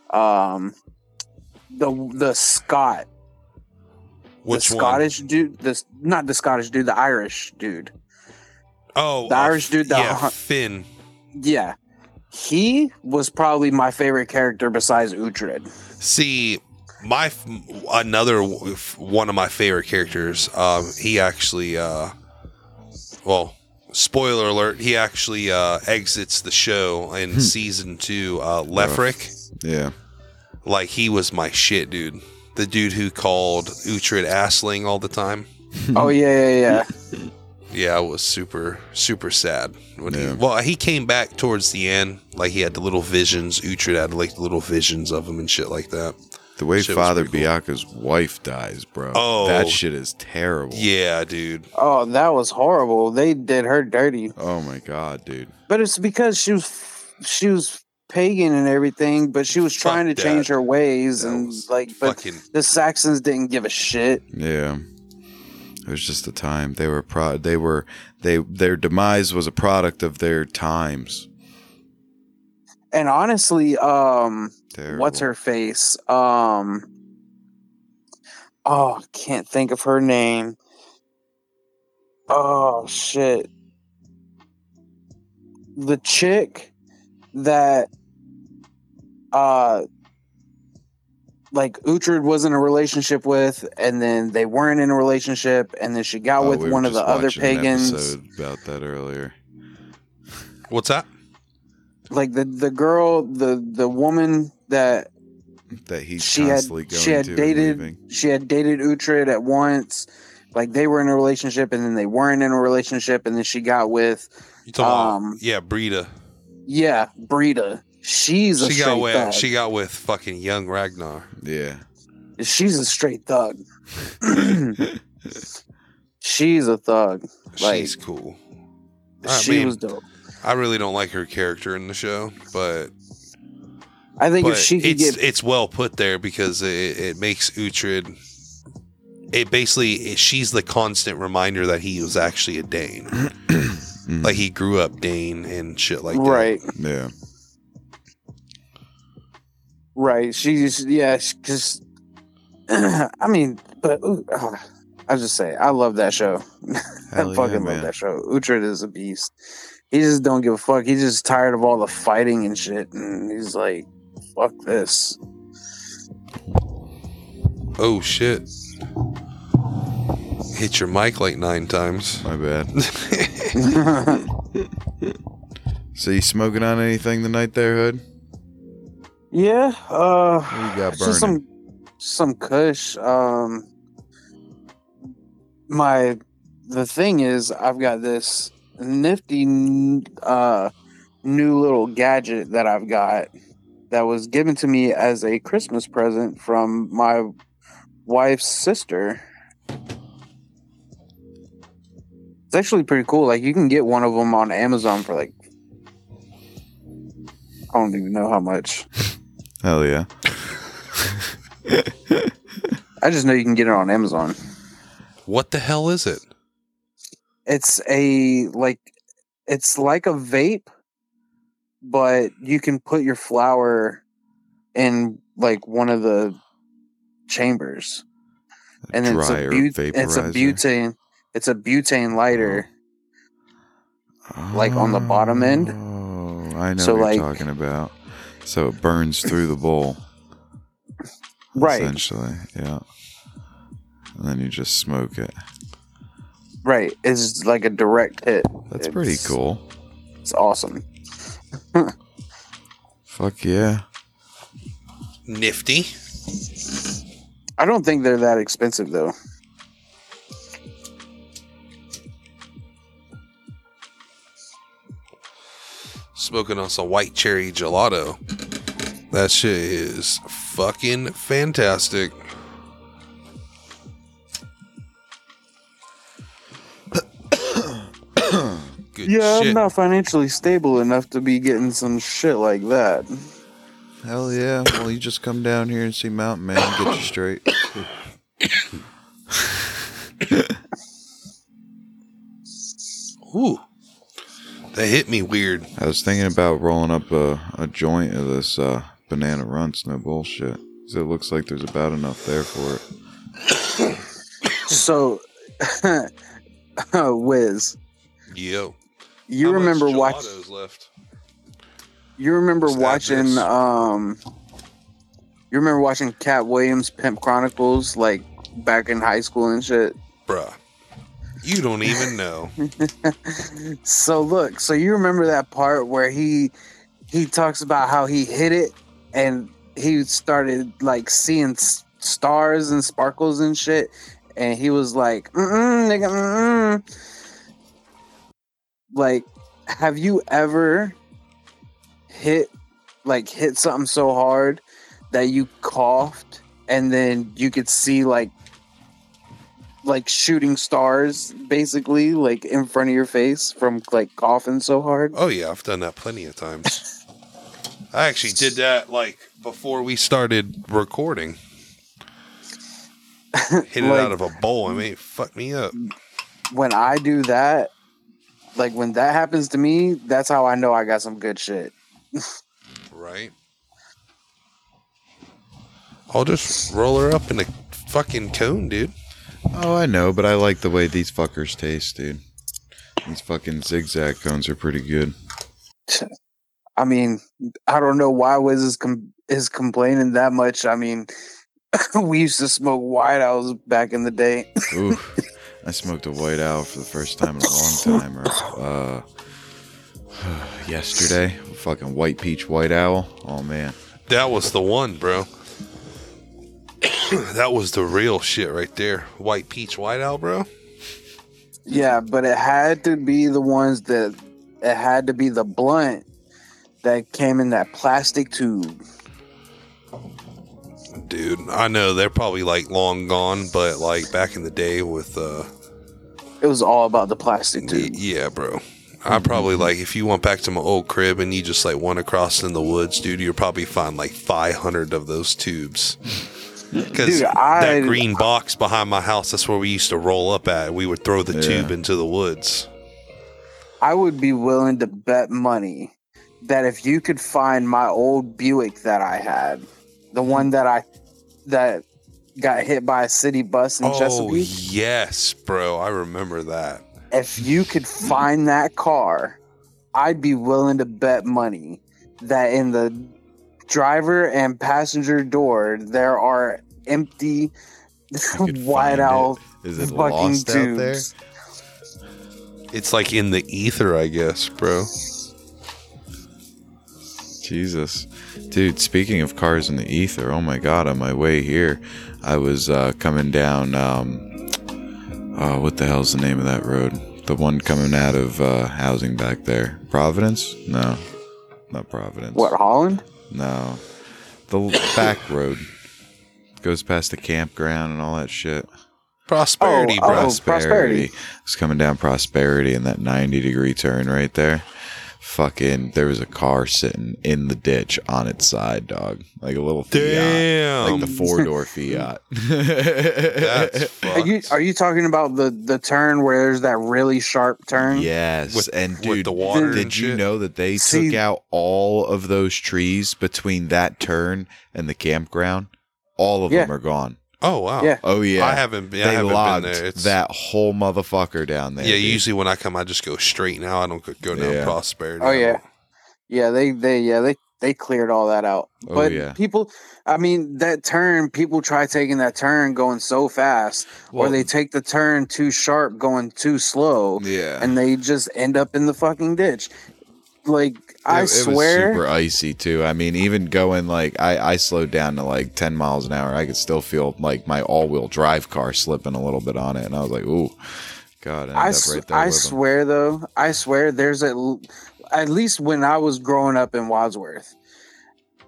Speaker 4: Um, the the Scot,
Speaker 3: which
Speaker 4: the
Speaker 3: one?
Speaker 4: Scottish dude, this not the Scottish dude, the Irish dude.
Speaker 3: Oh,
Speaker 4: the
Speaker 3: uh,
Speaker 4: Irish dude, the-
Speaker 3: yeah, Finn.
Speaker 4: Yeah, he was probably my favorite character besides Uhtred.
Speaker 3: See, my f- another w- f- one of my favorite characters. Um, he actually, uh, well, spoiler alert. He actually uh, exits the show
Speaker 4: Hmm.
Speaker 3: in season two. Uh, Lefric,
Speaker 2: yeah.
Speaker 3: like he was my shit, dude. The dude who called Uhtred Assling all the time.
Speaker 4: oh yeah, yeah, yeah.
Speaker 3: Yeah, I was super super sad when
Speaker 2: Yeah.
Speaker 3: he. Well, he came back towards the end. Like he had the little visions. Uhtred had like little visions of him and shit like that.
Speaker 2: The way
Speaker 3: Shit was
Speaker 2: Father
Speaker 3: pretty
Speaker 2: Biaka's wife dies, bro.
Speaker 3: Oh.
Speaker 2: that shit is terrible.
Speaker 3: Yeah, dude.
Speaker 4: Oh, that was horrible. They did her dirty,
Speaker 2: Oh my god, dude.
Speaker 4: but it's because she was she was pagan and everything, but she was
Speaker 3: Fuck
Speaker 4: trying to
Speaker 3: that.
Speaker 4: change her ways
Speaker 3: That
Speaker 4: and
Speaker 3: was
Speaker 4: like, but
Speaker 3: fucking-
Speaker 4: the Saxons didn't give a shit.
Speaker 2: Yeah. It was just the time they were pro. They were they their demise was a product of their times.
Speaker 4: And honestly, um,
Speaker 2: Terrible.
Speaker 4: what's her face? Um, oh, I can't think of her name. Oh shit! The chick that, uh, like Uhtred was in a relationship with, and then they weren't in a relationship, and then she got
Speaker 2: Oh,
Speaker 4: with
Speaker 2: we were
Speaker 4: one of the
Speaker 2: just
Speaker 4: other
Speaker 2: watching an
Speaker 4: pagans.
Speaker 2: episode about that earlier.
Speaker 3: What's that?
Speaker 4: Like the the girl, the the woman that
Speaker 2: That he's
Speaker 4: She had-
Speaker 2: constantly going
Speaker 4: she had
Speaker 2: to and
Speaker 4: dated-
Speaker 2: leaving.
Speaker 4: she had dated Uhtred at once. Like they were in a relationship and then they weren't in a relationship and then she got with
Speaker 3: You talking
Speaker 4: Um,
Speaker 3: about? Yeah, Brita.
Speaker 4: yeah, Brita. She's a
Speaker 3: She
Speaker 4: straight
Speaker 3: got with
Speaker 4: thug.
Speaker 3: she got with fucking young Ragnar.
Speaker 2: Yeah.
Speaker 4: She's a straight thug. She's a thug. Like-
Speaker 3: She's cool. I
Speaker 4: she
Speaker 3: mean-
Speaker 4: was dope.
Speaker 3: I really don't like her character in the show, but,
Speaker 4: I think
Speaker 3: but
Speaker 4: if she could
Speaker 3: it's
Speaker 4: get
Speaker 3: it's well put there because it, it makes Uhtred. It basically she's the constant reminder that he was actually a Dane. Mm-hmm. like he grew up Dane and shit like that.
Speaker 4: right,
Speaker 2: Yeah.
Speaker 4: right. She's yeah, because I mean, but ooh, ah, I just say I love that show.
Speaker 2: Hell
Speaker 4: I
Speaker 2: yeah,
Speaker 4: fucking love
Speaker 2: man.
Speaker 4: that show. Uhtred is a beast. He just don't give a fuck. He's just tired of all the fighting and shit, and he's like, "Fuck this."
Speaker 3: Oh shit. Hit your mic like nine times.
Speaker 2: My bad.
Speaker 4: yeah,
Speaker 2: So you smoking on anything tonight there, Hood? What
Speaker 4: uh,
Speaker 2: you got burning?
Speaker 4: just some some Kush. Um, my the thing is, I've got this nifty n- uh new little gadget that I've got that was given to me as a Christmas present from my wife's sister. It's actually pretty cool. Like you can get one of them on Amazon for like I don't even know how much.
Speaker 2: Hell yeah.
Speaker 4: I just know you can get it on Amazon.
Speaker 3: What the hell is it?
Speaker 4: It's a like it's like a vape, but you can put your flower in like one of the chambers, and then it's a,
Speaker 2: Dryer
Speaker 4: but- it's a
Speaker 2: vaporizer.
Speaker 4: butane. It's a butane lighter. like, on the bottom end.
Speaker 2: Oh, I know
Speaker 4: So,
Speaker 2: what
Speaker 4: like-
Speaker 2: you're talking about. So it burns through the bowl,
Speaker 4: Right,
Speaker 2: Essentially, yeah. And then you just smoke it.
Speaker 4: right. It's like a direct hit.
Speaker 2: That's pretty
Speaker 4: It's-
Speaker 2: cool.
Speaker 4: It's awesome.
Speaker 2: Fuck yeah.
Speaker 3: Nifty.
Speaker 4: I don't think they're that expensive though.
Speaker 3: Smoking on some white cherry gelato. That shit is fucking fantastic. Good
Speaker 4: Yeah,
Speaker 3: shit.
Speaker 4: I'm not financially stable enough to be getting some shit like that.
Speaker 2: Hell yeah. Well, you just come down here and see Mountain Man and get you straight.
Speaker 3: Ooh. That hit me weird.
Speaker 2: I was thinking about rolling up a, a joint of this uh, banana runts, no bullshit. 'Cause it looks like there's about enough there for it.
Speaker 4: So, uh, Wiz,
Speaker 3: Yo.
Speaker 4: you
Speaker 3: How much
Speaker 4: remember watch?
Speaker 3: gelato's left?
Speaker 4: You remember
Speaker 3: What's the
Speaker 4: watching?
Speaker 3: address?
Speaker 4: Um, you remember watching Cat Williams' Pimp Chronicles, like back in high school and shit.
Speaker 3: Bruh. You don't even know.
Speaker 4: So look, so you remember that part where he he talks about how he hit it and he started like seeing s- stars and sparkles and shit, and he was like, mm-mm, nigga, mm-mm. like, have you ever hit like hit something so hard that you coughed and then you could see like like shooting stars basically like in front of your face from like coughing so hard
Speaker 3: Oh yeah, I've done that plenty of times. I actually did that like before we started recording. Hit it
Speaker 4: Like-
Speaker 3: out of a bowl. I mean, it fucked me up.
Speaker 4: when i do that like when that happens to me that's how i know i got some good shit
Speaker 3: Right. I'll just roll her up in a fucking cone, dude.
Speaker 2: Oh, I know, but I like the way these fuckers taste, dude. These fucking zigzag cones are pretty good.
Speaker 4: i mean i don't know why wiz is, com- is complaining that much i mean we used to smoke white owls back in the day
Speaker 2: Oof. I smoked a white owl for the first time in a long time, or uh, yesterday. Fucking white peach white owl. Oh man,
Speaker 3: That was the one, bro. that was the real shit right there. White peach, white owl, bro.
Speaker 4: yeah but it had to be the ones that it had to be the blunt that came in that plastic tube
Speaker 3: Dude, I know they're probably like long gone, but like back in the day with uh
Speaker 4: it was all about the plastic
Speaker 3: Y-
Speaker 4: tube
Speaker 3: Yeah, bro. I
Speaker 4: Mm-hmm.
Speaker 3: probably like if you went back to my old crib and you just like went across in the woods, dude, you'll probably find like 500 of those tubes. Because
Speaker 4: Dude, I-
Speaker 3: that green box behind my house, that's where we used to roll up at. We would throw the
Speaker 2: Yeah.
Speaker 3: tube into the woods.
Speaker 4: I would be willing to bet money that if you could find my old Buick that I had, the one that I that got hit by a city bus in
Speaker 3: oh,
Speaker 4: Chesapeake,
Speaker 3: yes, bro. I remember that.
Speaker 4: if you could find that car, I'd be willing to bet money that in the driver and passenger door there are empty
Speaker 2: could
Speaker 4: white
Speaker 2: find
Speaker 4: owl
Speaker 2: is it
Speaker 4: fucking
Speaker 2: lost out there?
Speaker 4: tubes.
Speaker 3: It's like in the ether, I guess, bro.
Speaker 2: Jesus. Dude, speaking of cars in the ether, oh my god, on my way here, I was uh, coming down um uh, what the hell's the name of that road? The one coming out of uh, housing back there. Providence? No. Not Providence.
Speaker 4: What Holland?
Speaker 2: No. The l- back road. Goes past the campground and all that shit.
Speaker 3: Prosperity,
Speaker 4: Oh,
Speaker 3: bro.
Speaker 4: Prosperity.
Speaker 2: It's coming down prosperity in that 90 degree turn right there. fucking there was a car sitting in the ditch on its side, dog. Like a little Fiat. Like the four door Fiat.
Speaker 3: That's
Speaker 4: Are you
Speaker 3: fucked.
Speaker 4: are you talking about the the turn where there's that really sharp turn?
Speaker 2: Yes.
Speaker 3: With-
Speaker 2: and
Speaker 3: with
Speaker 2: dude,
Speaker 3: the water and
Speaker 2: did you
Speaker 3: shit?
Speaker 2: know that they took
Speaker 4: See-
Speaker 2: out all of those trees between that turn and the campground? All of
Speaker 4: Yeah.
Speaker 2: them are gone.
Speaker 3: Oh wow.
Speaker 4: Yeah.
Speaker 2: Oh yeah.
Speaker 3: I haven't been. I
Speaker 2: they
Speaker 3: haven't
Speaker 2: logged
Speaker 3: been there. It's,
Speaker 2: that whole motherfucker down there.
Speaker 3: yeah.
Speaker 2: dude.
Speaker 3: Usually when I come, I just go straight. Now I don't go- go down
Speaker 2: Yeah.
Speaker 3: prosperity.
Speaker 4: Oh, yeah. Yeah, they they yeah they they cleared all that out.
Speaker 2: Oh,
Speaker 4: But
Speaker 2: yeah.
Speaker 4: people, I mean, that turn, people try taking that turn going so fast, or
Speaker 2: Well-
Speaker 4: they take the turn too sharp going too slow,
Speaker 2: yeah.
Speaker 4: and they just end up in the fucking ditch. Like
Speaker 2: It-
Speaker 4: I
Speaker 2: it was
Speaker 4: swear,
Speaker 2: super icy too. I mean, even going like I, I slowed down to like ten miles an hour, I could still feel like my all wheel drive car slipping a little bit on it, and I was like, "Ooh, God!" I, ended
Speaker 4: I
Speaker 2: up
Speaker 4: s-
Speaker 2: right there
Speaker 4: I
Speaker 2: with 'em.
Speaker 4: swear though, I swear there's at l at least when I was growing up in Wadsworth,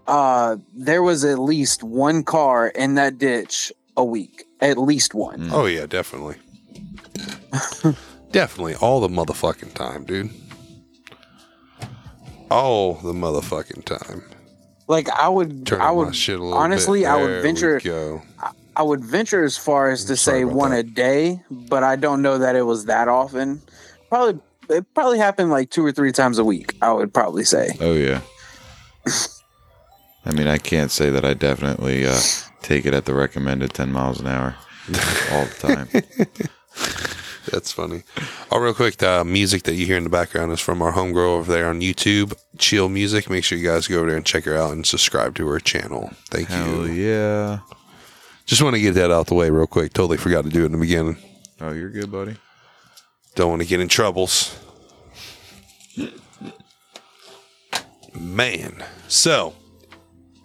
Speaker 4: uh, there was at least one car in that ditch a week, at least one.
Speaker 2: Mm.
Speaker 3: Oh yeah. Definitely. definitely all the motherfucking time, dude. All the motherfucking time.
Speaker 4: Like I would,
Speaker 3: Turn
Speaker 4: I
Speaker 3: my
Speaker 4: would,
Speaker 3: shit a little
Speaker 4: honestly,
Speaker 3: bit.
Speaker 4: I would
Speaker 3: There we
Speaker 4: venture-
Speaker 3: Go.
Speaker 4: I would venture as far as to
Speaker 2: sorry
Speaker 4: say
Speaker 2: about
Speaker 4: one
Speaker 2: that.
Speaker 4: a day, but I don't know that it was that often. Probably, it probably happened like two or three times a week. I would probably say.
Speaker 2: Oh yeah. I mean, I can't say that I definitely uh, take it at the recommended ten miles an hour all the time.
Speaker 3: That's funny. Oh, real quick, the music that you hear in the background is from our homegirl over there on YouTube, Chill Music. Make sure you guys go over there and check her out and subscribe to her channel. Thank
Speaker 2: Hell
Speaker 3: you.
Speaker 2: yeah!
Speaker 3: Just want to get that out the way real quick. Totally forgot to do it in the beginning.
Speaker 2: Oh, you're good, buddy.
Speaker 3: Don't want to get in troubles. Man. So,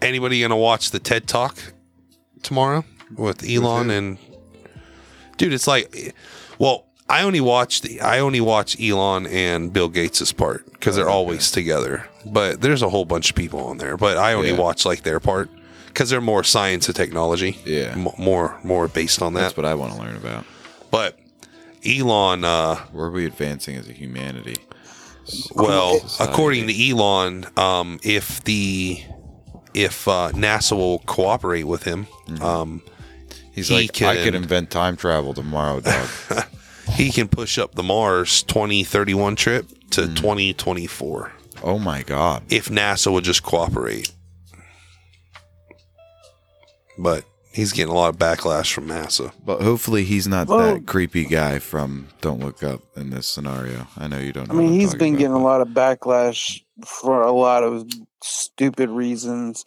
Speaker 3: anybody going to watch the TED Talk tomorrow with Elon and Dude, it's like well, I only watch the I only watch Elon and Bill Gates' part cuz
Speaker 2: Oh,
Speaker 3: they're always together. But there's a whole bunch of people on there, but I only
Speaker 2: Yeah.
Speaker 3: watch like their part cuz they're more science and technology.
Speaker 2: Yeah.
Speaker 3: M- more more based on that.
Speaker 2: That's what I want to learn about.
Speaker 3: but Elon uh
Speaker 2: Where are we advancing as a humanity?
Speaker 3: Well,
Speaker 2: Society.
Speaker 3: according to Elon, um, if the if uh, NASA will cooperate with him, um,
Speaker 2: Mm-hmm. He's
Speaker 3: He
Speaker 2: like, I could
Speaker 3: can-
Speaker 2: invent time travel tomorrow, dog.
Speaker 3: he can push up the Mars 2031 trip to
Speaker 2: Mm.
Speaker 3: 2024
Speaker 2: oh my god.
Speaker 3: if NASA would just cooperate. But he's getting a lot of backlash from NASA.
Speaker 2: But hopefully he's not
Speaker 4: Well-
Speaker 2: that creepy guy from Don't Look Up in this scenario. I know you don't.
Speaker 4: I
Speaker 2: Know
Speaker 4: mean,
Speaker 2: what I'm
Speaker 4: he's
Speaker 2: talking
Speaker 4: been
Speaker 2: about,
Speaker 4: getting a
Speaker 2: but-
Speaker 4: lot of backlash for a lot of stupid reasons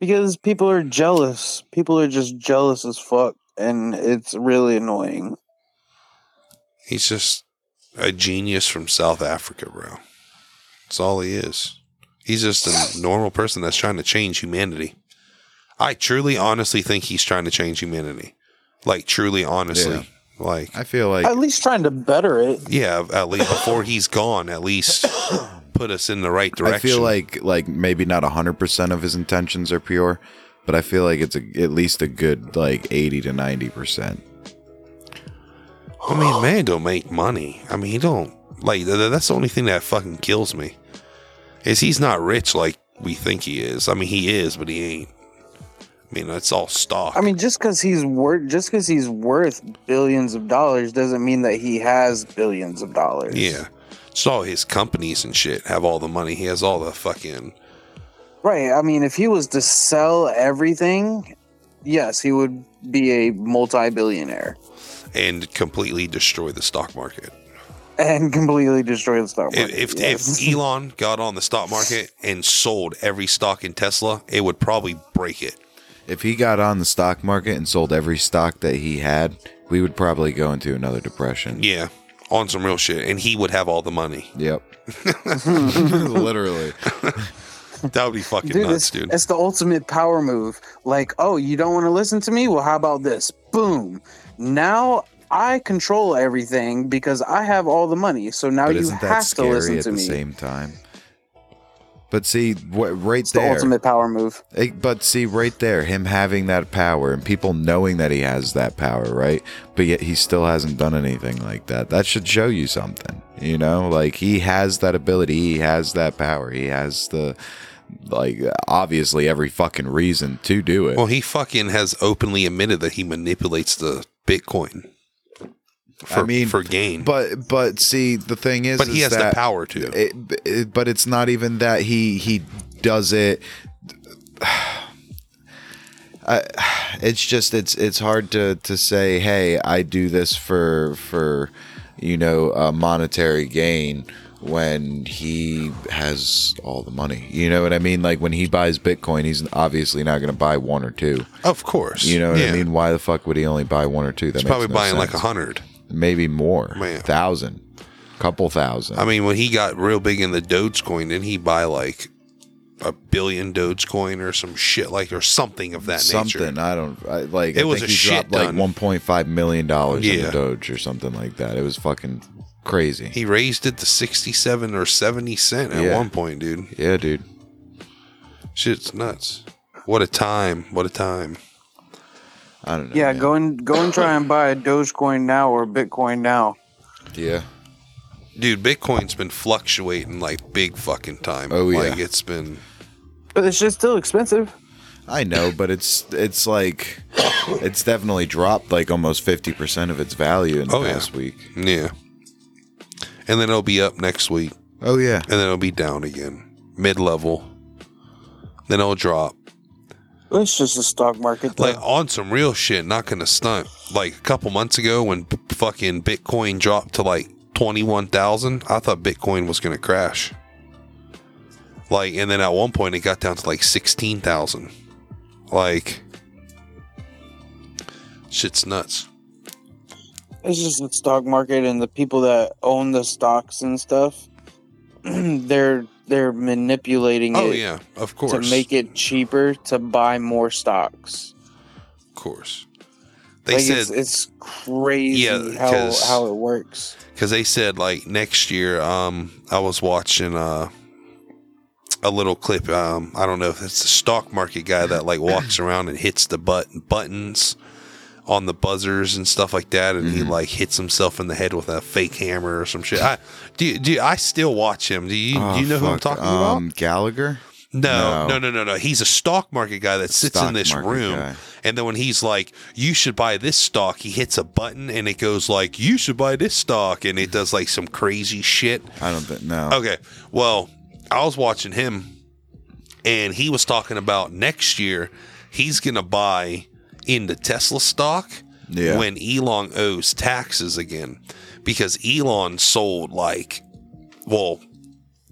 Speaker 4: because people are jealous. People are just jealous as fuck, and it's really annoying.
Speaker 3: He's just a genius from South Africa, bro. That's all he is. He's just a normal person that's trying to change humanity. I truly, honestly think he's trying to change humanity. Like, truly, honestly. Like,
Speaker 2: I feel like
Speaker 4: At least trying to better it.
Speaker 3: yeah, at least before he's gone, at least put us in the right direction.
Speaker 2: I feel like like maybe not hundred percent of his intentions are pure, but I feel like it's a, at least a good like eighty to ninety percent.
Speaker 3: I mean, man, don't make money. I mean, he don't like. th- th- That's the only thing that fucking kills me. Is he's not rich like we think he is. I mean, he is, but he ain't. I mean, it's all stock.
Speaker 4: I mean, just because he's worth just because he's worth billions of dollars doesn't mean that he has billions of dollars.
Speaker 3: Yeah. It's all his companies and shit have all the money. He has all the fucking.
Speaker 4: Right. I mean, if he was to sell everything, yes, he would be a multi-billionaire
Speaker 3: And completely destroy the stock market.
Speaker 4: and completely destroy the stock market.
Speaker 3: If, if,
Speaker 4: yes.
Speaker 3: if Elon got on the stock market and sold every stock in Tesla, it would probably break it.
Speaker 2: If he got on the stock market and sold every stock that he had, we would probably go into another depression.
Speaker 3: Yeah. On some real shit. And he would have all the money.
Speaker 2: Yep. Literally.
Speaker 3: That would be fucking
Speaker 4: dude,
Speaker 3: nuts,
Speaker 4: it's,
Speaker 3: dude.
Speaker 4: it's the ultimate power move. Like, oh, you don't want to listen to me? Well, how about this? Boom! Now I control everything because I have all the money. So now
Speaker 2: But
Speaker 4: you
Speaker 2: isn't that
Speaker 4: have to
Speaker 2: scary
Speaker 4: listen
Speaker 2: at
Speaker 4: to
Speaker 2: the
Speaker 4: me.
Speaker 2: same time? But see, wh- right
Speaker 4: It's the
Speaker 2: there. Oh,
Speaker 4: ultimate power move.
Speaker 2: It, but see, right there, him having that power and people knowing that he has that power, right? But yet he still hasn't done anything like that. That should show you something, you know? Like he has that ability, he has that power, he has the, like, obviously every fucking reason to do it.
Speaker 3: Well, he fucking has openly admitted that he manipulates the Bitcoin. For,
Speaker 2: I mean,
Speaker 3: for gain, but,
Speaker 2: but but see, the thing is,
Speaker 3: he
Speaker 2: is
Speaker 3: has
Speaker 2: that-
Speaker 3: the power to.
Speaker 2: it, it- but it's not even that he he does it I, it's just it's it's hard to to say hey i do this for for you know uh, monetary gain when he has all the money you know what i mean like when he buys bitcoin he's obviously not going to buy one or two
Speaker 3: of course,
Speaker 2: you know what
Speaker 3: Yeah.
Speaker 2: i mean why the fuck would he only buy one or two that
Speaker 3: He's
Speaker 2: makes
Speaker 3: probably
Speaker 2: no
Speaker 3: buying like a
Speaker 2: sense.
Speaker 3: hundred.
Speaker 2: maybe more
Speaker 3: Man.
Speaker 2: thousand couple thousand
Speaker 3: I mean, when he got real big in the Dogecoin, didn't he buy like a billion Dogecoin or some shit like or something of that
Speaker 2: something.
Speaker 3: nature?
Speaker 2: I don't I, like.
Speaker 3: It
Speaker 2: I
Speaker 3: was
Speaker 2: think
Speaker 3: a
Speaker 2: he
Speaker 3: shit
Speaker 2: dropped like
Speaker 3: ton.
Speaker 2: 1.5 million dollars in
Speaker 3: Yeah.
Speaker 2: the Doge or something like that. It was fucking crazy.
Speaker 3: He raised it to sixty-seven or seventy cent at
Speaker 2: Yeah.
Speaker 3: one point, dude.
Speaker 2: yeah, dude.
Speaker 3: Shit's nuts. What a time! What a time!
Speaker 2: I don't know.
Speaker 4: Yeah,
Speaker 2: man.
Speaker 4: go and go and try and buy a Dogecoin now or Bitcoin now.
Speaker 2: Yeah,
Speaker 3: Dude, Bitcoin's been fluctuating like big fucking time.
Speaker 2: Oh, yeah.
Speaker 3: Like it's been
Speaker 4: But it's just still expensive.
Speaker 2: I know, but it's it's like it's definitely dropped like almost 50 percent of its value in the
Speaker 3: Oh, yeah.
Speaker 2: past week.
Speaker 3: yeah. And then it'll be up next week,
Speaker 2: Oh yeah,
Speaker 3: and then it'll be down again, mid level. Then it'll drop.
Speaker 4: It's just the stock market. though.
Speaker 3: Like on some real shit, not gonna stunt. Like a couple months ago when b- fucking Bitcoin dropped to like twenty one thousand, I thought Bitcoin was gonna crash. Like and then at one point it got down to like sixteen thousand. Like shit's nuts.
Speaker 4: it's just the stock market and the people that own the stocks and stuff. they're they're manipulating
Speaker 3: Oh
Speaker 4: it
Speaker 3: yeah, of
Speaker 4: to
Speaker 3: course.
Speaker 4: make it cheaper to buy more stocks.
Speaker 3: of course. They
Speaker 4: like it's,
Speaker 3: said
Speaker 4: it's crazy
Speaker 3: Yeah,
Speaker 4: how
Speaker 3: 'cause-
Speaker 4: how it works.
Speaker 3: because they said like next year. Um, I was watching uh a little clip. Um, I don't know if it's the stock market guy that like walks around and hits the button buttons on the buzzers and stuff like that, and he
Speaker 2: Mm-hmm.
Speaker 3: like hits himself in the head with a fake hammer or some shit. I do. do I still watch him? Do you
Speaker 2: Oh,
Speaker 3: do you know who I'm
Speaker 2: fuck.
Speaker 3: talking
Speaker 2: um,
Speaker 3: about?
Speaker 2: Gallagher.
Speaker 3: No, no,
Speaker 2: no.
Speaker 3: no, no, no. He's a stock market guy that sits
Speaker 2: Stock
Speaker 3: in this
Speaker 2: market
Speaker 3: room.
Speaker 2: guy.
Speaker 3: And then when he's like, you should buy this stock, he hits a button and it goes like, you should buy this stock. And it does like some crazy shit.
Speaker 2: I don't think no.
Speaker 3: Okay. Well, I was watching him and he was talking about next year he's going to buy into Tesla stock
Speaker 2: Yeah.
Speaker 3: when Elon owes taxes again because Elon sold like, well,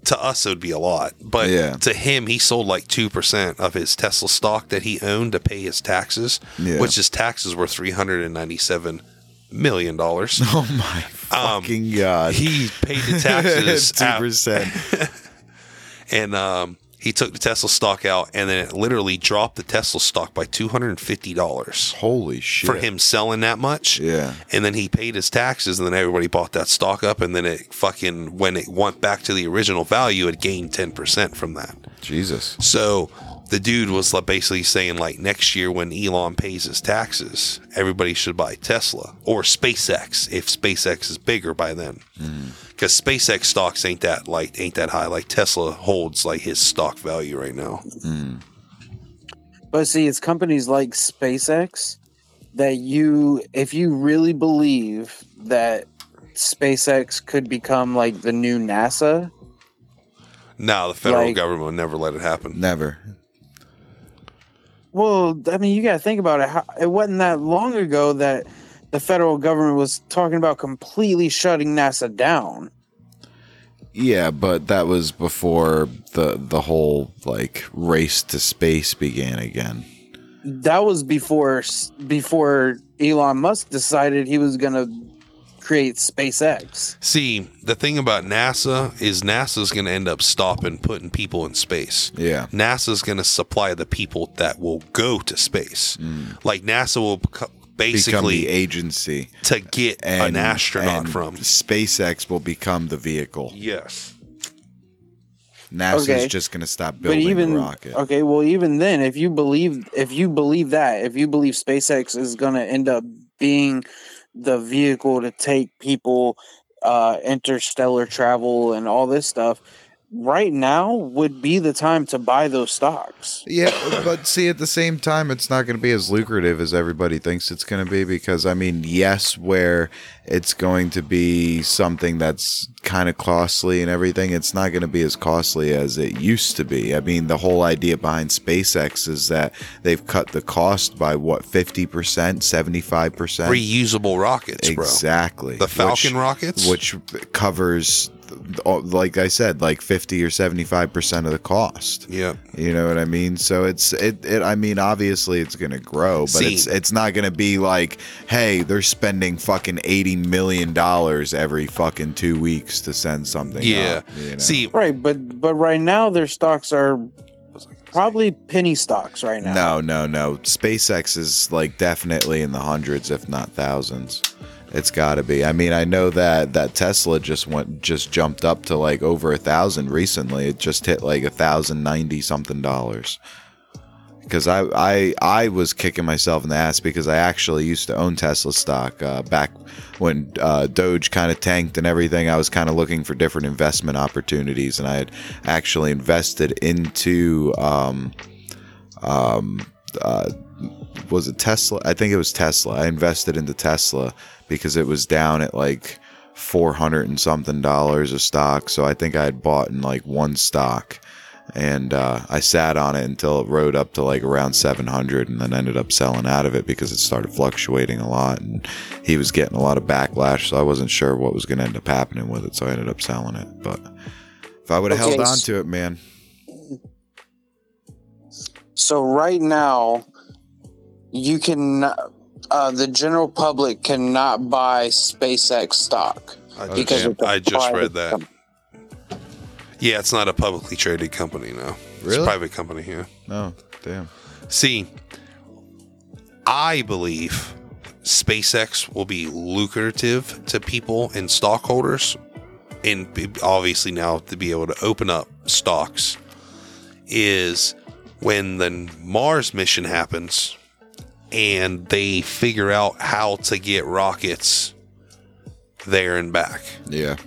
Speaker 3: to us it would be a lot, but
Speaker 2: Yeah.
Speaker 3: to him he sold like two percent of his Tesla stock that he owned to pay his taxes,
Speaker 2: Yeah.
Speaker 3: which his taxes were three hundred and ninety-seven million dollars.
Speaker 2: Oh my
Speaker 3: Um,
Speaker 2: fucking god.
Speaker 3: He paid the taxes
Speaker 2: Two
Speaker 3: out-
Speaker 2: percent.
Speaker 3: and um, he took the Tesla stock out, and then it literally dropped the Tesla stock by two hundred and fifty dollars
Speaker 2: Holy shit.
Speaker 3: for him selling that much.
Speaker 2: Yeah.
Speaker 3: And then he paid his taxes, and then everybody bought that stock up, and then it fucking when it went back to the original value, it gained ten percent from that.
Speaker 2: Jesus.
Speaker 3: So the dude was like basically saying like next year when Elon pays his taxes, everybody should buy Tesla or SpaceX if SpaceX is bigger by then. Because SpaceX stocks ain't that like ain't that high. Like Tesla holds like his stock value right now.
Speaker 4: But see, it's companies like SpaceX that you, if you really believe that SpaceX could become like the new NASA,
Speaker 3: Now the federal
Speaker 4: Like-
Speaker 3: government would never let it happen.
Speaker 2: Never.
Speaker 4: well, I mean, you got to think about it. How, it wasn't that long ago that the federal government was talking about completely shutting NASA down.
Speaker 2: Yeah, but that was before the the whole like race to space began again.
Speaker 4: That was before before Elon Musk decided he was going to create SpaceX.
Speaker 3: See, the thing about NASA is NASA's gonna end up stopping putting people in space.
Speaker 2: Yeah.
Speaker 3: NASA's going to supply the people that will go to space. Like NASA will beco-
Speaker 2: Mm. Become
Speaker 3: basically
Speaker 2: the agency
Speaker 3: to get
Speaker 2: and
Speaker 3: an astronaut
Speaker 2: and
Speaker 3: from.
Speaker 2: SpaceX will become the vehicle.
Speaker 3: Yes.
Speaker 2: NASA's
Speaker 4: Okay.
Speaker 2: just gonna stop
Speaker 4: but
Speaker 2: building
Speaker 4: even
Speaker 2: the rocket.
Speaker 4: okay well even then if you believe if you believe that if you believe spacex is going to end up being the vehicle to take people uh interstellar travel and all this stuff right now would be the time to buy those stocks
Speaker 2: Yeah, but see, at the same time, it's not going to be as lucrative as everybody thinks it's going to be because, I mean, yes, where it's going to be something that's kind of costly and everything, it's not going to be as costly as it used to be. I mean, the whole idea behind SpaceX is that they've cut the cost by what, 50%, 75%?
Speaker 3: Reusable rockets, bro.
Speaker 2: exactly.
Speaker 3: The
Speaker 2: Which-
Speaker 3: Falcon rockets,
Speaker 2: which covers th- all- like i said like 50 or 75% of the cost
Speaker 3: yeah,
Speaker 2: you know what i mean so it's it, it i mean obviously it's gonna grow but
Speaker 3: See.
Speaker 2: it's it's not gonna be like hey they're spending fucking 80 million dollars every fucking two weeks to send something
Speaker 3: yeah.
Speaker 2: up, you know?
Speaker 3: See,
Speaker 4: right but but right now their stocks are probably penny stocks right now
Speaker 2: no no no spacex is like definitely in the hundreds if not thousands it's got to be i mean i know that that tesla just went just jumped up to like over a thousand recently it just hit like a thousand ninety something dollars because I, I I was kicking myself in the ass because I actually used to own Tesla stock uh, back when uh, Doge kind of tanked and everything. I was kind of looking for different investment opportunities, and I had actually invested into um, um, uh, was it Tesla? I think it was Tesla. I invested into Tesla because it was down at like four hundred and something dollars a stock. So I think I had bought in like one stock, and uh, I sat on it until it rode up to like around seven hundred, and then ended up selling out of it because it started fluctuating a lot, and he was getting a lot of backlash. So I wasn't sure what was going to end up happening with it, so I ended up selling it, but. If I would have
Speaker 4: Okay,
Speaker 2: held on
Speaker 4: s-
Speaker 2: to it, man.
Speaker 4: So right now, you can uh, the general public cannot buy SpaceX stock
Speaker 3: I
Speaker 2: Okay.
Speaker 4: because
Speaker 3: just,
Speaker 4: it's a
Speaker 3: I just
Speaker 4: private
Speaker 3: read that.
Speaker 4: company.
Speaker 3: Yeah, it's not a publicly traded company now. It's a
Speaker 2: Really?
Speaker 3: private company here.
Speaker 2: No, oh, damn.
Speaker 3: See, I believe SpaceX will be lucrative to people and stockholders, and b- obviously now to be able to open up stocks is when the Mars mission happens and they figure out how to get rockets there and back
Speaker 2: Yeah.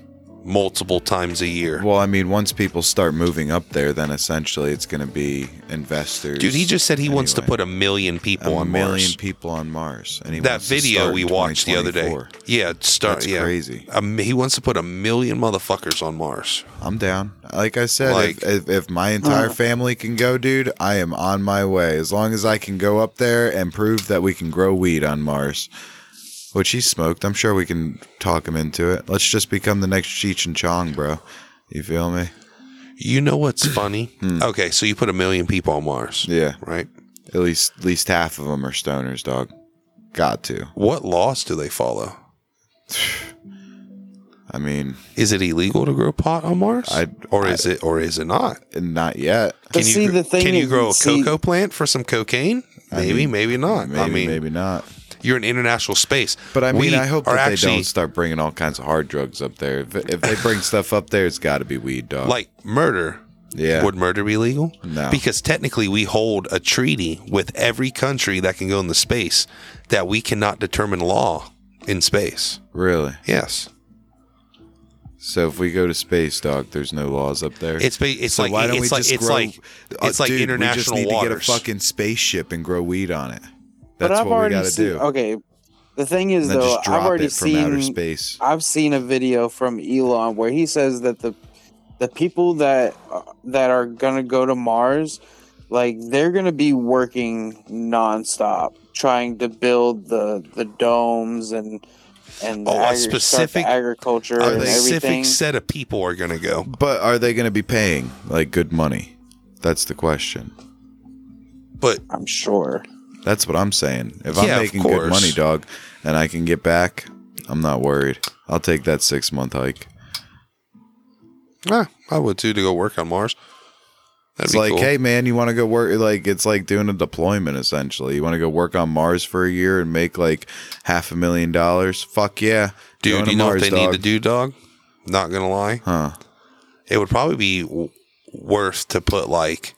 Speaker 3: multiple times a year.
Speaker 2: Well, I mean, once people start moving up there, then essentially it's going to be investors.
Speaker 3: Dude, he just said he wants to
Speaker 2: Anyway.
Speaker 3: put a million
Speaker 2: a
Speaker 3: people on
Speaker 2: million
Speaker 3: Mars.
Speaker 2: people on Mars, and he
Speaker 3: that
Speaker 2: wants to
Speaker 3: video
Speaker 2: start
Speaker 3: we
Speaker 2: in
Speaker 3: watched the other day.
Speaker 2: 2024.
Speaker 3: Yeah, it start.
Speaker 2: That's
Speaker 3: yeah,
Speaker 2: crazy.
Speaker 3: Um, he wants to put a million motherfuckers on Mars.
Speaker 2: I'm down. Like I said,
Speaker 3: Like-
Speaker 2: if, if, if my entire family can go, dude, I am on my way. As long as I can go up there and prove that we can grow weed on Mars, which he smoked, I'm sure we can talk him into it. Let's just become the next Cheech and Chong, bro. You feel me?
Speaker 3: You know what's funny? Okay, so you put a million people on Mars,
Speaker 2: Hmm. Yeah.
Speaker 3: right?
Speaker 2: At least, at least half of them are stoners, dog. Got to.
Speaker 3: What laws do they follow?
Speaker 2: I mean,
Speaker 3: Is it illegal to grow pot on Mars,
Speaker 2: I-
Speaker 3: or is it, or is it not?
Speaker 2: not yet.
Speaker 4: But
Speaker 3: you
Speaker 4: see,
Speaker 3: gr-
Speaker 4: the thing
Speaker 3: can you
Speaker 4: is,
Speaker 3: grow a
Speaker 4: see-
Speaker 3: cocoa plant for some cocaine? Maybe,
Speaker 2: mean,
Speaker 3: maybe not.
Speaker 2: Maybe,
Speaker 3: I mean,
Speaker 2: maybe not.
Speaker 3: you're in international space,
Speaker 2: But I mean,
Speaker 3: We
Speaker 2: I hope
Speaker 3: are
Speaker 2: that they
Speaker 3: actually-
Speaker 2: don't start bringing all kinds of hard drugs up there. If, if they bring stuff up there, it's got to be weed, dog.
Speaker 3: like murder.
Speaker 2: yeah,
Speaker 3: Would murder be legal?
Speaker 2: No.
Speaker 3: Because technically, we hold a treaty with every country that can go into space that we cannot determine law in space.
Speaker 2: really.
Speaker 3: Yes.
Speaker 2: So if we go to space, dog, there's no laws up there.
Speaker 3: It's ba- it's
Speaker 2: so
Speaker 3: like-
Speaker 2: why don't
Speaker 3: it's
Speaker 2: we
Speaker 3: like-
Speaker 2: just
Speaker 3: it's
Speaker 2: grow,
Speaker 3: like-
Speaker 2: Uh,
Speaker 3: it's like
Speaker 2: dude,
Speaker 3: international
Speaker 2: We just need to
Speaker 3: waters.
Speaker 2: get a fucking spaceship and grow weed on it.
Speaker 4: But
Speaker 2: That's
Speaker 4: I've
Speaker 2: what we
Speaker 4: already
Speaker 2: got to
Speaker 4: seen.
Speaker 2: do.
Speaker 4: Okay, the thing is
Speaker 2: and then
Speaker 4: though,
Speaker 2: just drop
Speaker 4: I've already
Speaker 2: it from outer
Speaker 4: seen.
Speaker 2: space.
Speaker 4: I've seen a video from Elon where he says that the the people that that are gonna go to Mars, like they're gonna be working nonstop trying to build the the domes and and the
Speaker 3: Oh, a
Speaker 4: agri- start the
Speaker 3: specific-
Speaker 4: agriculture
Speaker 3: A
Speaker 4: and everything.
Speaker 3: specific set of people are going to go.
Speaker 2: But are they going to be paying like good money? That's the question.
Speaker 3: But
Speaker 4: I'm sure.
Speaker 2: That's what I'm saying. If
Speaker 3: Yeah, of
Speaker 2: I'm making good
Speaker 3: course.
Speaker 2: money, dog, and I can get back, I'm not worried. I'll take that six month hike.
Speaker 3: eh, I would too to go work on Mars. That'd
Speaker 2: It's
Speaker 3: be
Speaker 2: like,
Speaker 3: cool.
Speaker 2: hey man, you want to go work? Like, it's like doing a deployment essentially. You want to go work on Mars for a year and make like half a million dollars? Fuck yeah, Going
Speaker 3: dude,
Speaker 2: to
Speaker 3: you know
Speaker 2: Mars,
Speaker 3: what they
Speaker 2: dog.
Speaker 3: need to do, dog? Not going to lie.
Speaker 2: Huh?
Speaker 3: It would probably be w- worth to put like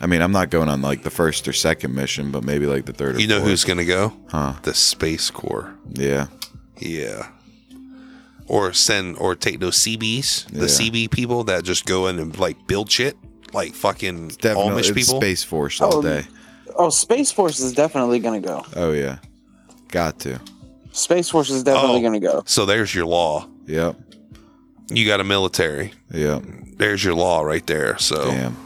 Speaker 2: I mean, I'm not going on like the first or second mission, but maybe like the third. Or
Speaker 3: you know
Speaker 2: fourth.
Speaker 3: who's gonna go?
Speaker 2: Huh.
Speaker 3: The Space Corps.
Speaker 2: Yeah.
Speaker 3: Yeah. Or send or take those CBs, the
Speaker 2: Yeah.
Speaker 3: CB people that just go in and like build shit, like fucking
Speaker 2: Definitely
Speaker 3: Amish
Speaker 2: it's
Speaker 3: people.
Speaker 2: Space Force
Speaker 4: Oh,
Speaker 2: all day.
Speaker 4: Oh, Space Force is definitely going to go.
Speaker 2: Oh yeah. Got to.
Speaker 4: Space Force is definitely
Speaker 3: Oh.
Speaker 4: going to go.
Speaker 3: So there's your law.
Speaker 2: Yep.
Speaker 3: You got a military.
Speaker 2: Yep.
Speaker 3: There's your law right there. So
Speaker 2: Damn.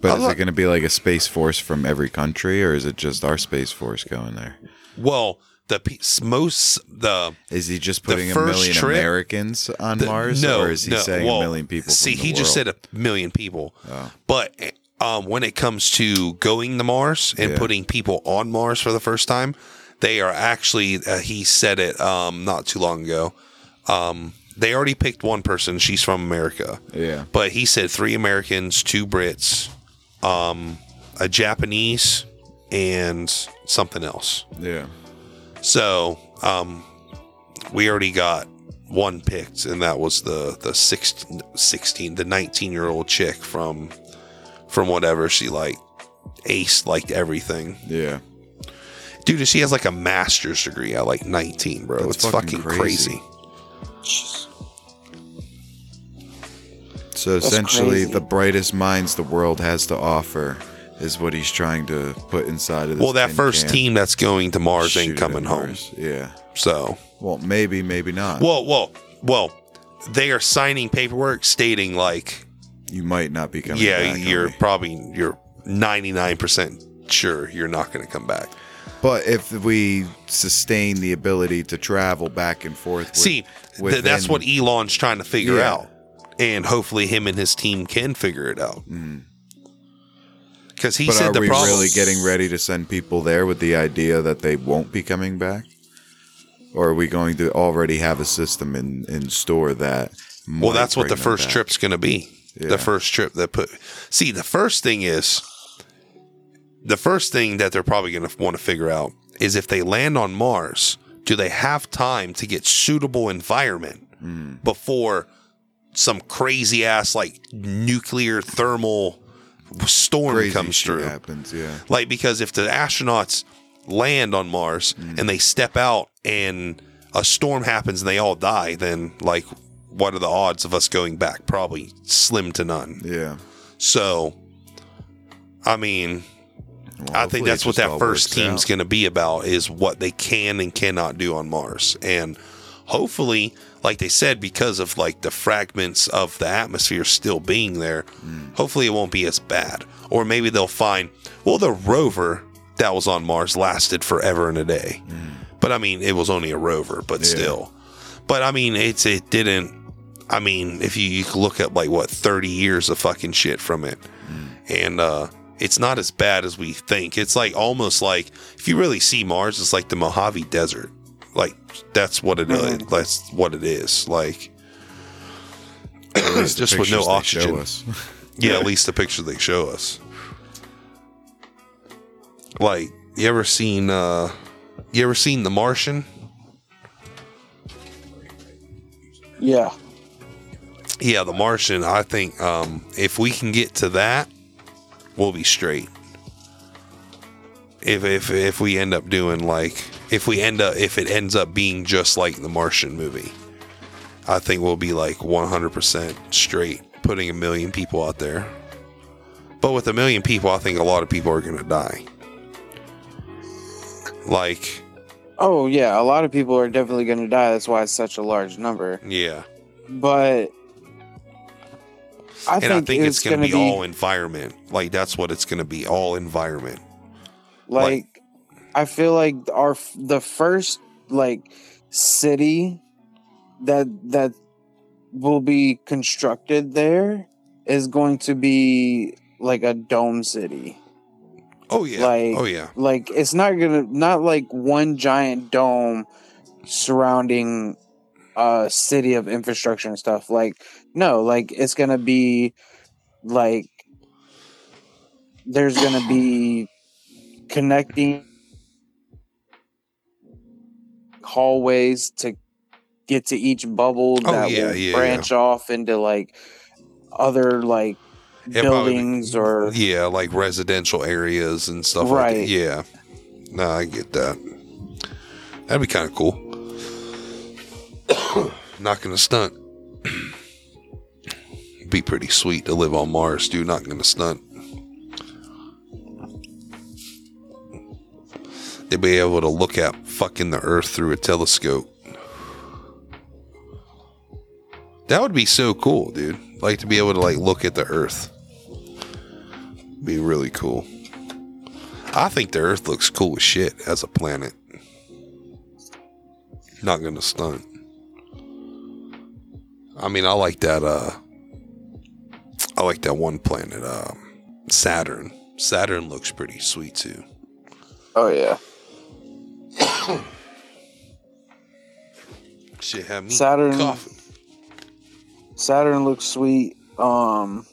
Speaker 2: But
Speaker 3: I'm
Speaker 2: is
Speaker 3: not-
Speaker 2: it going to be like a space force from every country, or is it just our space force going there?
Speaker 3: well, the pe- most the
Speaker 2: Is he just putting a
Speaker 3: first
Speaker 2: million
Speaker 3: trip-
Speaker 2: Americans on
Speaker 3: The-
Speaker 2: Mars,
Speaker 3: no,
Speaker 2: or is he
Speaker 3: no,
Speaker 2: saying
Speaker 3: well,
Speaker 2: a million people?
Speaker 3: See,
Speaker 2: from the
Speaker 3: he just
Speaker 2: world?
Speaker 3: said a million people.
Speaker 2: Oh.
Speaker 3: But um, when it comes to going to Mars and
Speaker 2: Yeah.
Speaker 3: putting people on Mars for the first time, they are actually. Uh, he said it um, not too long ago. Um, they already picked one person. She's from America,
Speaker 2: "Yeah,
Speaker 3: but he said three Americans, two Brits, um, a Japanese, and something else.
Speaker 2: yeah,
Speaker 3: So um, we already got one picked, and that was the the 16, 16 the nineteen year old chick from from whatever she like ace liked everything
Speaker 2: yeah."
Speaker 3: dude she has like a master's degree at like 19 bro
Speaker 2: That's
Speaker 3: it's
Speaker 2: fucking
Speaker 3: fucking,
Speaker 2: crazy.
Speaker 3: crazy.
Speaker 2: So essentially,
Speaker 4: crazy.
Speaker 2: the brightest minds the world has to offer is what he's trying to put inside of. This
Speaker 3: well that
Speaker 2: tin
Speaker 3: first
Speaker 2: can.
Speaker 3: team that's going to mars
Speaker 2: Shoot
Speaker 3: ain't
Speaker 2: it
Speaker 3: coming
Speaker 2: at
Speaker 3: home
Speaker 2: Mars. Yeah.
Speaker 3: so
Speaker 2: Well, maybe, maybe not.
Speaker 3: well well well they are signing paperwork stating like
Speaker 2: you might not be coming.
Speaker 3: yeah
Speaker 2: back,
Speaker 3: you're
Speaker 2: homie.
Speaker 3: probably you're 99% sure you're not going to come back
Speaker 2: But if we sustain the ability to travel back and forth, with,
Speaker 3: See, th-
Speaker 2: within-
Speaker 3: that's what E Elon's trying to figure
Speaker 2: Yeah.
Speaker 3: out, and hopefully him and his team can figure it out. Because he
Speaker 2: Mm-hmm. but
Speaker 3: said
Speaker 2: are
Speaker 3: the
Speaker 2: we
Speaker 3: problem.
Speaker 2: really getting ready to send people there with the idea that they won't be coming back? Or are we going to already have a system in, in store that?
Speaker 3: well,
Speaker 2: might
Speaker 3: that's what
Speaker 2: bring
Speaker 3: the
Speaker 2: them
Speaker 3: first
Speaker 2: back?
Speaker 3: trip's going to be.
Speaker 2: Yeah.
Speaker 3: The first trip that put. See, the first thing is, the first thing that they're probably going to want to figure out is if they land on Mars, do they have time to get suitable environment
Speaker 2: Mm.
Speaker 3: before some crazy ass like nuclear thermal storm
Speaker 2: Crazy
Speaker 3: comes
Speaker 2: shit
Speaker 3: through?
Speaker 2: Happens, yeah.
Speaker 3: Like because if the astronauts land on Mars and they step out and a storm happens and they all die, then like what are the odds of us going back? Probably slim to none.
Speaker 2: Yeah.
Speaker 3: So I mean,
Speaker 2: Well,
Speaker 3: I think
Speaker 2: hopefully it
Speaker 3: that's what
Speaker 2: just
Speaker 3: that
Speaker 2: all
Speaker 3: first
Speaker 2: works
Speaker 3: team's
Speaker 2: out.
Speaker 3: going to be about is what they can and cannot do on Mars. And hopefully, like they said, because of like the fragments of the atmosphere still being there,
Speaker 2: Mm.
Speaker 3: hopefully it won't be as bad. Or maybe they'll find, well, the rover that was on Mars lasted forever and a day.
Speaker 2: Mm.
Speaker 3: But I mean, it was only a rover, but still. But I mean, it's it didn't. I mean, if you, you could look up like what 30 years of fucking shit from it and uh it's not as bad as we think. It's like almost like if you really see Mars, it's like the Mojave Desert. Like that's what it is. That's what it is. Like
Speaker 2: At least the
Speaker 3: just with no
Speaker 2: pictures they show
Speaker 3: oxygen.
Speaker 2: us.
Speaker 3: yeah, at least the picture they show us. Like you ever seen uh you ever seen The Martian?
Speaker 4: Yeah.
Speaker 3: Yeah, The Martian. I think um if we can get to that, we'll be straight. If if if we end up doing like if we end up if it ends up being just like the Martian movie, I think we'll be like 100% straight putting a million people out there. But with a million people, I think a lot of people are going to die. Like
Speaker 4: Oh, yeah. A lot of people are definitely going to die. That's why it's such a large number.
Speaker 3: yeah.
Speaker 4: But I
Speaker 3: and I think it's, going to be,
Speaker 4: gonna
Speaker 3: all environment. Like that's what it's going to be, all environment.
Speaker 4: like i feel like our f- the first like city that that will be constructed there is going to be like a dome city
Speaker 3: Oh yeah.
Speaker 4: Like-
Speaker 3: oh yeah.
Speaker 4: like it's not gonna not like one giant dome surrounding a city of infrastructure and stuff like no like it's gonna be like there's gonna be connecting hallways to get to each bubble
Speaker 3: Oh,
Speaker 4: that
Speaker 3: yeah,
Speaker 4: will
Speaker 3: yeah,
Speaker 4: branch off into like other like
Speaker 3: Yeah, probably.
Speaker 4: buildings or
Speaker 3: Yeah, like residential areas and stuff like
Speaker 4: Right.
Speaker 3: that. Yeah. No, I get that. That'd be kind of cool. Not going to stunt. be pretty sweet to live on Mars, dude. Not going to stunt. They'd be able to look at fucking the Earth through a telescope. That would be so cool, dude. Like to be able to like look at the Earth be really cool. I think the Earth looks cool as shit as a planet. Not gonna stunt. I mean, I like that. Uh, I like that one planet, um, Saturn. Saturn looks pretty sweet too.
Speaker 4: oh yeah
Speaker 3: Shit, have me
Speaker 4: Saturn-
Speaker 3: coughing.
Speaker 4: Saturn looks sweet. Um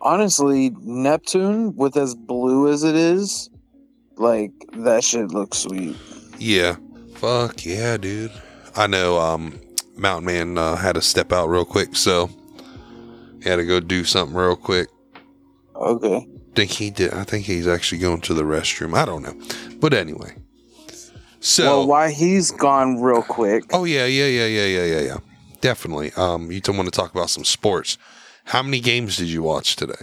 Speaker 4: honestly, Neptune with as blue as it is, like that shit looks sweet.
Speaker 3: Yeah. Fuck yeah, dude. I know um Mountain Man uh, had to step out real quick, so he had to go do something real quick.
Speaker 4: Okay.
Speaker 3: think he did. I think he's actually going to the restroom. I don't know, but anyway. So.
Speaker 4: well, why he's gone real quick.
Speaker 3: oh yeah, yeah, yeah, yeah, yeah, yeah, yeah. Definitely. Um, you don't want to talk about some sports. How many games did you watch today?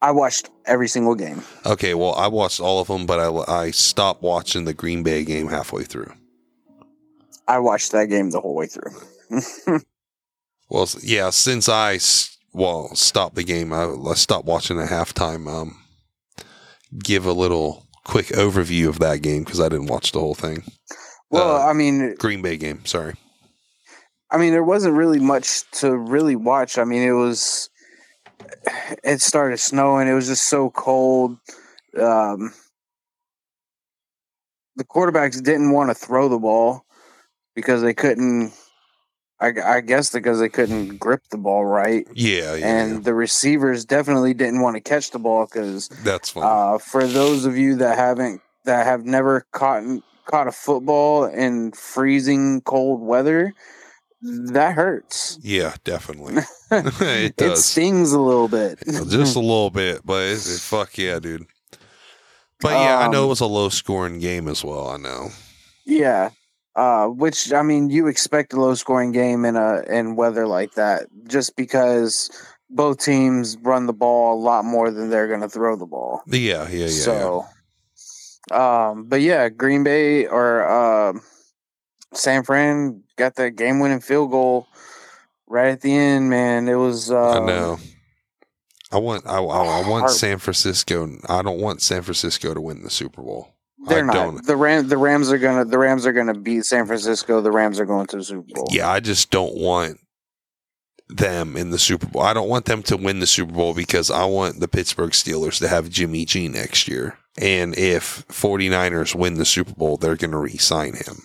Speaker 4: I watched every single game.
Speaker 3: Okay, well, I watched all of them, but I I stopped watching the Green Bay game halfway through.
Speaker 4: I watched that game the whole way through.
Speaker 3: Well, s- yeah, since I s- well stopped the game, I, I stopped watching at halftime. Um, give a little quick overview of that game because I didn't watch the whole thing.
Speaker 4: Well,
Speaker 3: Uh,
Speaker 4: I mean,
Speaker 3: Green Bay game, sorry.
Speaker 4: I mean, there wasn't really much to really watch. I mean, it was it started snowing. It was just so cold. Um, the quarterbacks didn't want to throw the ball because they couldn't. I, I guess because they couldn't grip the ball right,
Speaker 3: Yeah, yeah,
Speaker 4: and the receivers definitely didn't want to catch the ball because
Speaker 3: yeah. that's fine.
Speaker 4: uh, for those of you that haven't that have never caught caught a football in freezing cold weather, that hurts.
Speaker 3: Yeah, definitely. it
Speaker 4: It
Speaker 3: does.
Speaker 4: stings a little bit.
Speaker 3: Just a little bit, but it's, it- fuck yeah, dude. But yeah, I know it
Speaker 4: Um,
Speaker 3: was a low scoring game as well. I know.
Speaker 4: yeah. Uh, which I mean, you expect a low scoring game in a in weather like that, just because both teams run the ball a lot more than they're going to throw the ball.
Speaker 3: Yeah, yeah, yeah.
Speaker 4: so, um, but yeah, Green Bay or um San Fran got that game-winning field goal right at the end. Man, it was.
Speaker 3: yeah.
Speaker 4: Uh,
Speaker 3: I know. I want I, I, I want
Speaker 4: Heart-
Speaker 3: San Francisco. I don't want San Francisco to win the Super Bowl.
Speaker 4: They're
Speaker 3: I
Speaker 4: not
Speaker 3: don't.
Speaker 4: the Ram. The Rams are gonna. The Rams are gonna beat San Francisco. The Rams are going to the Super Bowl.
Speaker 3: Yeah, I just don't want them in the Super Bowl. I don't want them to win the Super Bowl because I want the Pittsburgh Steelers to have Jimmy G next year. And if 49ers win the Super Bowl, they're going to re sign him.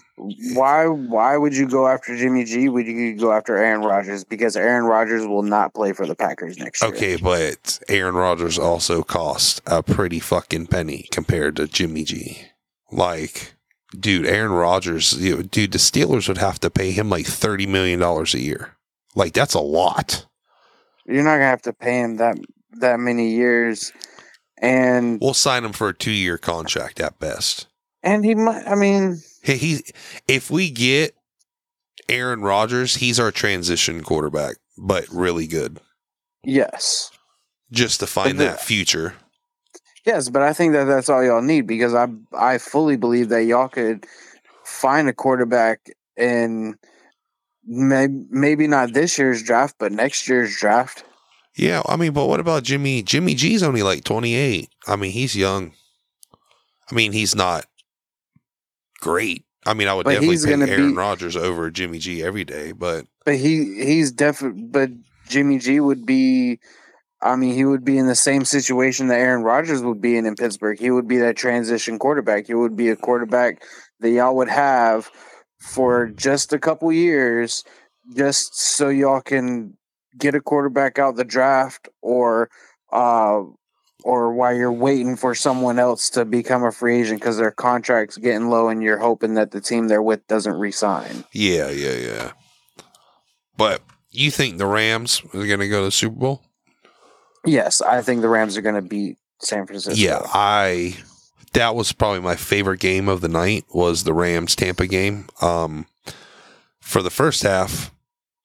Speaker 4: Why? Why would you go after Jimmy G? Would you go after Aaron Rodgers? Because Aaron Rodgers will not play for the Packers next year.
Speaker 3: Okay, but Aaron Rodgers also cost a pretty fucking penny compared to Jimmy G. Like, dude, Aaron Rodgers, you know, dude, the Steelers would have to pay him like $30 million a year. Like, that's a lot.
Speaker 4: You're not gonna have to pay him that that many years, and
Speaker 3: We'll sign him for a two year contract at best.
Speaker 4: and he might. I mean.
Speaker 3: He, he if we get Aaron Rodgers, he's our transition quarterback, but really good.
Speaker 4: Yes.
Speaker 3: Just to find
Speaker 4: the-
Speaker 3: that future.
Speaker 4: Yes, but I think that that's all y'all need because I I fully believe that y'all could find a quarterback in may, maybe not this year's draft, but next year's draft.
Speaker 3: Yeah, I mean, but what about Jimmy? Jimmy G's only like 28. I mean, he's young. I mean, he's not great. I mean, I would
Speaker 4: But
Speaker 3: definitely
Speaker 4: he's gonna
Speaker 3: pick Aaron
Speaker 4: be-
Speaker 3: Rodgers over Jimmy G every day, but
Speaker 4: But he he's definitely but Jimmy G would be I mean, he would be in the same situation that Aaron Rodgers would be in in Pittsburgh. He would be that transition quarterback. He would be a quarterback that y'all would have for just a couple years, just so y'all can get a quarterback out the draft or uh, or while you're waiting for someone else to become a free agent because their contract's getting low and you're hoping that the team they're with doesn't resign.
Speaker 3: Yeah, yeah, yeah. But you think the Rams are going to go to the Super Bowl?
Speaker 4: Yes, I think the Rams are going to beat San Francisco.
Speaker 3: Yeah, I that was probably my favorite game of the night was the Rams Tampa game. Um for the first half,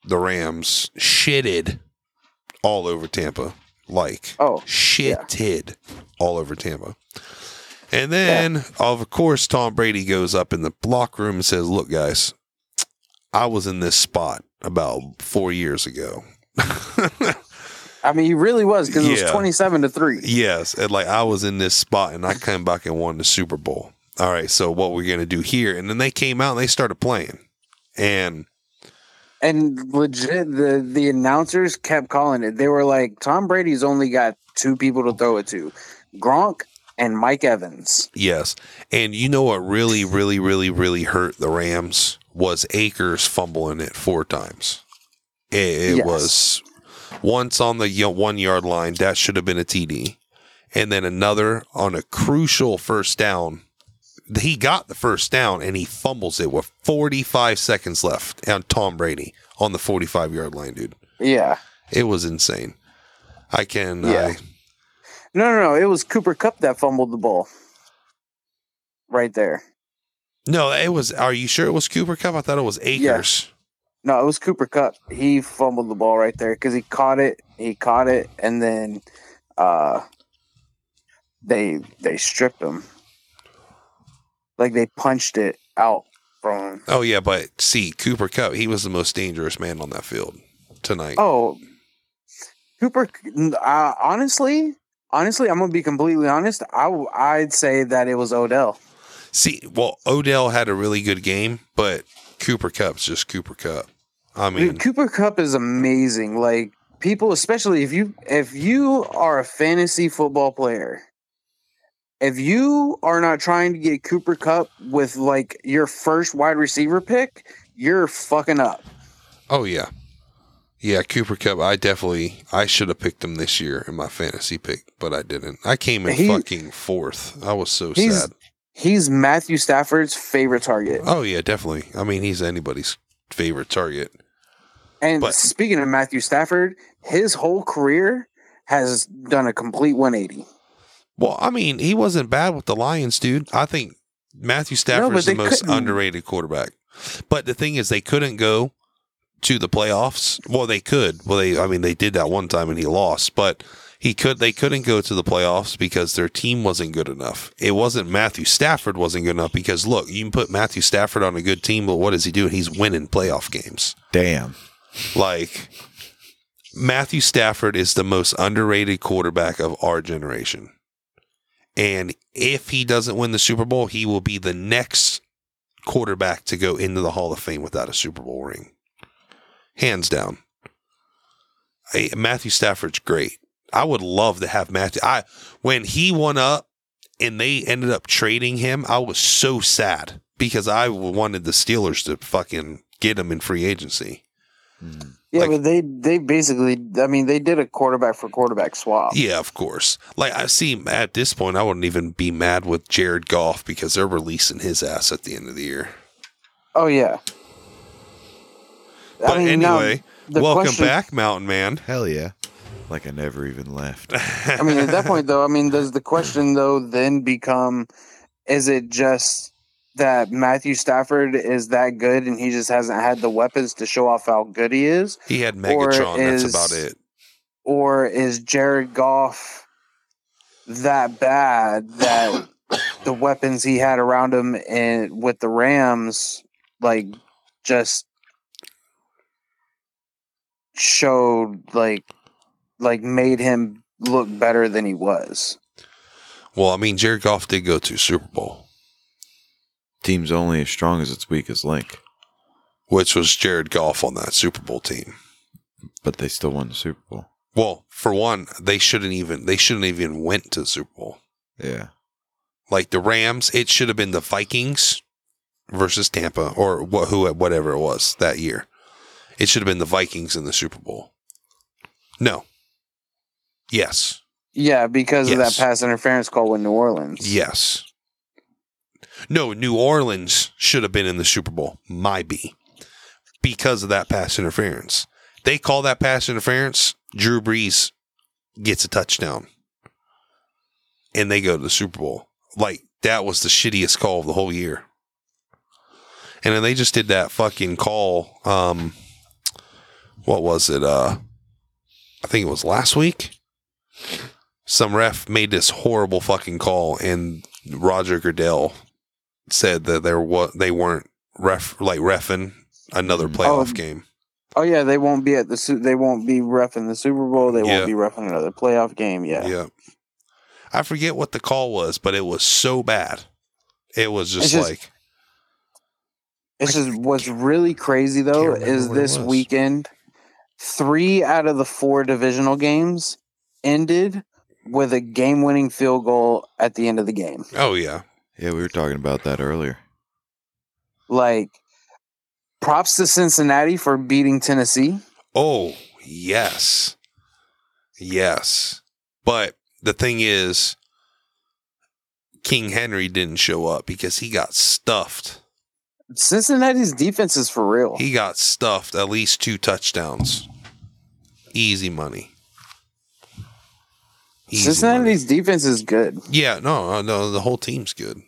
Speaker 3: the Rams shitted all over Tampa. Like
Speaker 4: Oh,
Speaker 3: shitted all over Tampa. And then of course Tom Brady goes up in the locker room and says, "Look guys, I was in this spot about 4 years ago."
Speaker 4: I mean, he really was because it
Speaker 3: Yeah.
Speaker 4: was 27 to 3.
Speaker 3: Yes, and like I was in this spot and I came back and won the Super Bowl. All right, so what we're gonna do here? And then they came out and they started playing, and
Speaker 4: And legit, the, the announcers kept calling it. They were like, Tom Brady's only got two people to throw it to Gronk and Mike Evans.
Speaker 3: yes, and you know what really, really, really, really hurt the Rams was Akers fumbling it four times. It, it
Speaker 4: Yes.
Speaker 3: was once on the you know, one yard line that should have been a TD, and then another on a crucial first down. He got the first down and he fumbles it with 45 seconds left on Tom Brady on the 45 yard line, dude.
Speaker 4: Yeah.
Speaker 3: It was insane. I can.
Speaker 4: Yeah. No, no, no. It was Cooper Cup that fumbled the ball right there.
Speaker 3: I, no, it was. Are you sure it was Cooper Cup? I thought it was Akers.
Speaker 4: No, it was Cooper Cup. He fumbled the ball right there because he caught it. He caught it, and then uh, they they stripped him. Like they punched it out from him.
Speaker 3: Oh yeah, but see, Cooper Cup, he was the most dangerous man on that field tonight.
Speaker 4: Oh, Cooper. Uh, honestly, honestly, I'm gonna be completely honest. I w- I'd say that it was Odell.
Speaker 3: See, well, Odell had a really good game, but Cooper Cup's just Cooper Cup. I mean,
Speaker 4: Dude, Cooper Cup is amazing. Like people, especially if you if you are a fantasy football player, if you are not trying to get Cooper Cup with like your first wide receiver pick, you're fucking up.
Speaker 3: oh yeah, yeah, Cooper Cup. I definitely, I should have picked him this year in my fantasy pick, but I didn't. I came in
Speaker 4: He-
Speaker 3: fucking fourth. I was so
Speaker 4: He's
Speaker 3: sad.
Speaker 4: he's Matthew Stafford's favorite target.
Speaker 3: Oh yeah, definitely. I mean, he's anybody's favorite target.
Speaker 4: And
Speaker 3: but-
Speaker 4: speaking of Matthew Stafford, his whole career has done a complete 180.
Speaker 3: Well, I mean, he wasn't bad with the Lions, dude. I think Matthew Stafford
Speaker 4: but
Speaker 3: is the
Speaker 4: they
Speaker 3: most
Speaker 4: couldn't-
Speaker 3: underrated quarterback. But the thing is, they couldn't go to the playoffs. Well, they could. Well, they. I mean, they did that one time and he lost, but. He could. They couldn't go to the playoffs because their team wasn't good enough. It wasn't Matthew Stafford wasn't good enough because look, you can put Matthew Stafford on a good team, but what does he do? He's winning playoff games.
Speaker 2: Damn.
Speaker 3: Like Matthew Stafford is the most underrated quarterback of our generation. And if he doesn't win the Super Bowl, he will be the next quarterback to go into the Hall of Fame without a Super Bowl ring. Hands down. Hey, Matthew Stafford's great. I would love to have Matthew. I when he won up and they ended up trading him, I was so sad because I wanted the Steelers to fucking get him in free agency.
Speaker 4: Yeah,
Speaker 3: Like-
Speaker 4: but they they basically, I mean, they did a quarterback for quarterback swap.
Speaker 3: Yeah, of course. Like I see at this point, I wouldn't even be mad with Jared Goff because they're releasing his ass at the end of the year.
Speaker 4: Oh yeah.
Speaker 3: But
Speaker 4: now,
Speaker 3: anyway,
Speaker 4: um, the
Speaker 3: welcome
Speaker 4: question-
Speaker 3: back, Mountain Man.
Speaker 2: Hell yeah. Like I never even left.
Speaker 4: I mean, at that point, though, I mean, does the question though then become, is it just that Matthew Stafford is that good and he just hasn't had the weapons to show off how good he is,
Speaker 3: He had
Speaker 4: Or
Speaker 3: Megatron.
Speaker 4: is-
Speaker 3: that's about it.
Speaker 4: or is Jared Goff that bad that the weapons he had around him and with the Rams, like, just showed like like made him look better than he was.
Speaker 3: Well, I mean, Jared Goff did go to Super Bowl,
Speaker 2: Team's only as strong as its weakest link,
Speaker 3: which was Jared Goff on that Super Bowl team.
Speaker 2: but they still won the Super Bowl.
Speaker 3: Well, for one, they shouldn't even they shouldn't even went to the Super Bowl.
Speaker 2: Yeah.
Speaker 3: Like the Rams, it should have been the Vikings versus Tampa or what who whatever it was that year. It should have been the Vikings in the Super Bowl. No. Yes.
Speaker 4: Yeah, because of
Speaker 3: Yes.
Speaker 4: that pass interference call with New Orleans.
Speaker 3: Yes. No, New Orleans should have been in the Super Bowl. My B. Because of that pass interference. They call that pass interference. Drew Brees gets a touchdown. And they go to the Super Bowl. Like, that was the shittiest call of the whole year. And then they just did that fucking call. Um, what was it? Uh, I think it was last week some ref made this horrible fucking call, and Roger Goodell said that there wa- they weren't ref like refing another playoff
Speaker 4: Oh.
Speaker 3: game.
Speaker 4: Oh yeah, they won't be at the su- they won't be refing the Super Bowl. They
Speaker 3: Yeah.
Speaker 4: won't be refing another playoff game. Yeah,
Speaker 3: Yeah. I forget what the call was, but it was so bad. It was just,
Speaker 4: It's just-
Speaker 3: like
Speaker 4: it's just what's really crazy though
Speaker 3: remember
Speaker 4: is
Speaker 3: what it
Speaker 4: this
Speaker 3: was.
Speaker 4: weekend, three out of the four divisional games ended with a game-winning field goal at the end of the game.
Speaker 3: oh yeah.
Speaker 2: Yeah, we were talking about that earlier.
Speaker 4: Like, props to Cincinnati for beating Tennessee.
Speaker 3: Oh, yes. Yes. But the thing is King Henry didn't show up because he got stuffed.
Speaker 4: Cincinnati's defense is for real.
Speaker 3: He got stuffed at least two touchdowns. Easy money. Easy money.
Speaker 4: Cincinnati's defense is good.
Speaker 3: Yeah, no, uh, no, the whole team's good.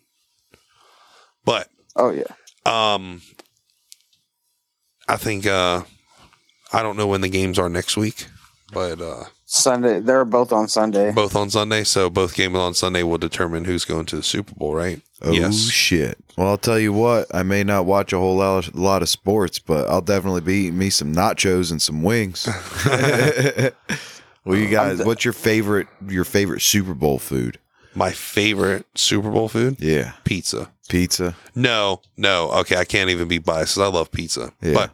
Speaker 3: But
Speaker 4: Oh yeah.
Speaker 3: um I think uh I don't know when the games are next week, but uh
Speaker 4: Sunday. They're both on Sunday.
Speaker 3: both on Sunday, so both games on Sunday will determine who's going to the Super Bowl, right?
Speaker 2: Oh shit! Well, I'll tell you what. I may not watch a whole lot, lot of sports, but I'll definitely be eating me some nachos and some wings. well, you guys, what's your favorite your favorite Super Bowl food?
Speaker 3: My favorite Super Bowl food?
Speaker 2: Yeah,
Speaker 3: Pizza.
Speaker 2: pizza.
Speaker 3: No, no. Okay, I can't even be biased 'cause I love pizza.
Speaker 2: Yeah.
Speaker 3: But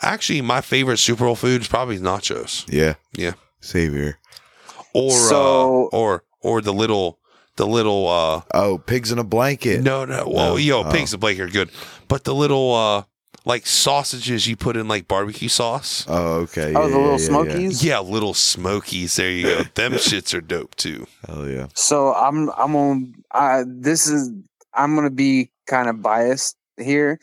Speaker 3: actually, my favorite Super Bowl food is probably nachos
Speaker 2: Yeah,
Speaker 3: Yeah.
Speaker 2: Same here.
Speaker 3: or
Speaker 4: So-
Speaker 3: uh, or or the little the little uh
Speaker 2: Oh, pigs in a blanket.
Speaker 3: no no well yo
Speaker 2: Oh.
Speaker 3: pigs and Blake are good, but the little uh like sausages you put in like barbecue sauce.
Speaker 2: Oh, okay.
Speaker 4: Oh, the
Speaker 2: yeah,
Speaker 4: little
Speaker 2: yeah, Yeah.
Speaker 4: Smokies.
Speaker 3: Yeah, little smokies. There you go. Them shits are dope too.
Speaker 2: Hell yeah.
Speaker 4: So I'm I'm on. Uh, this is I'm gonna be kind of biased here.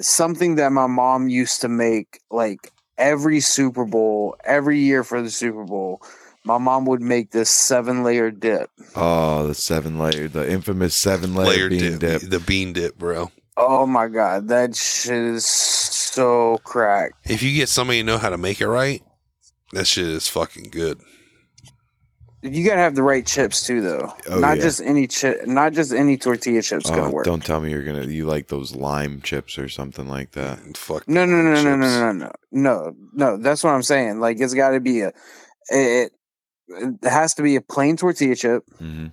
Speaker 4: Something that my mom used to make like every Super Bowl, every year for the Super Bowl. My mom would make this seven layer dip.
Speaker 2: Oh, the seven layer, the infamous seven layer,
Speaker 3: Layer
Speaker 2: bean
Speaker 3: dip,
Speaker 2: dip.
Speaker 3: the bean dip, bro.
Speaker 4: Oh my god, that shit is so cracked.
Speaker 3: If you get somebody to know how to make it right, that shit is fucking good.
Speaker 4: You gotta have the right chips too, though.
Speaker 2: Oh,
Speaker 4: not
Speaker 2: yeah.
Speaker 4: just any chip, not just any tortilla chips
Speaker 2: Oh,
Speaker 4: gonna work.
Speaker 2: Don't tell me you're gonna you like those lime chips or something like that.
Speaker 3: Fuck.
Speaker 4: No, no, no, no, no,
Speaker 3: chips.
Speaker 4: no, no, no, no. That's what I'm saying. Like, it's got to be a, it, it has to be a plain tortilla chip,
Speaker 2: Mm-hmm.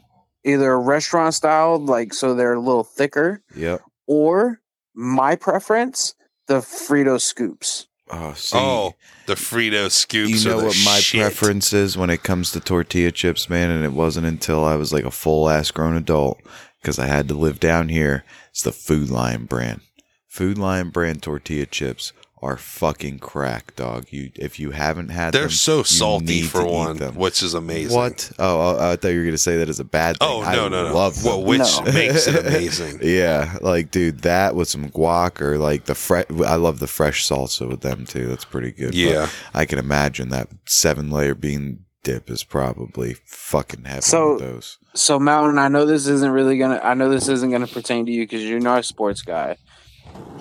Speaker 4: either a restaurant style, like so they're a little thicker,
Speaker 2: Yep.
Speaker 4: or my preference, the Frito scoops.
Speaker 2: Oh, see,
Speaker 3: Oh, the Frito
Speaker 2: you
Speaker 3: scoops.
Speaker 2: know
Speaker 3: are the
Speaker 2: what my
Speaker 3: shit.
Speaker 2: preference is when it comes to tortilla chips, man. And it wasn't until I was like a full ass grown adult because I had to live down here. It's the Food Lion brand. Food Lion brand tortilla chips are fucking crack, dog. You if you haven't had
Speaker 3: They're
Speaker 2: them,
Speaker 3: so
Speaker 2: you
Speaker 3: salty
Speaker 2: need
Speaker 3: for
Speaker 2: to eat
Speaker 3: one,
Speaker 2: them.
Speaker 3: which is amazing.
Speaker 2: What? Oh, oh, I thought you were gonna say that as a bad thing.
Speaker 3: Oh
Speaker 2: I
Speaker 3: no, no, no.
Speaker 2: Love
Speaker 3: well,
Speaker 2: them.
Speaker 3: which
Speaker 4: No.
Speaker 3: makes it amazing.
Speaker 2: Yeah, like dude, that with some guac or like the fresh. I love the fresh salsa with them too. That's pretty good. but
Speaker 3: Yeah.
Speaker 2: I can imagine that seven layer bean dip is probably fucking heaven.
Speaker 4: So-
Speaker 2: with those.
Speaker 4: So, Mountain, I know this isn't really gonna, I know this isn't gonna pertain to you because you're not a sports guy,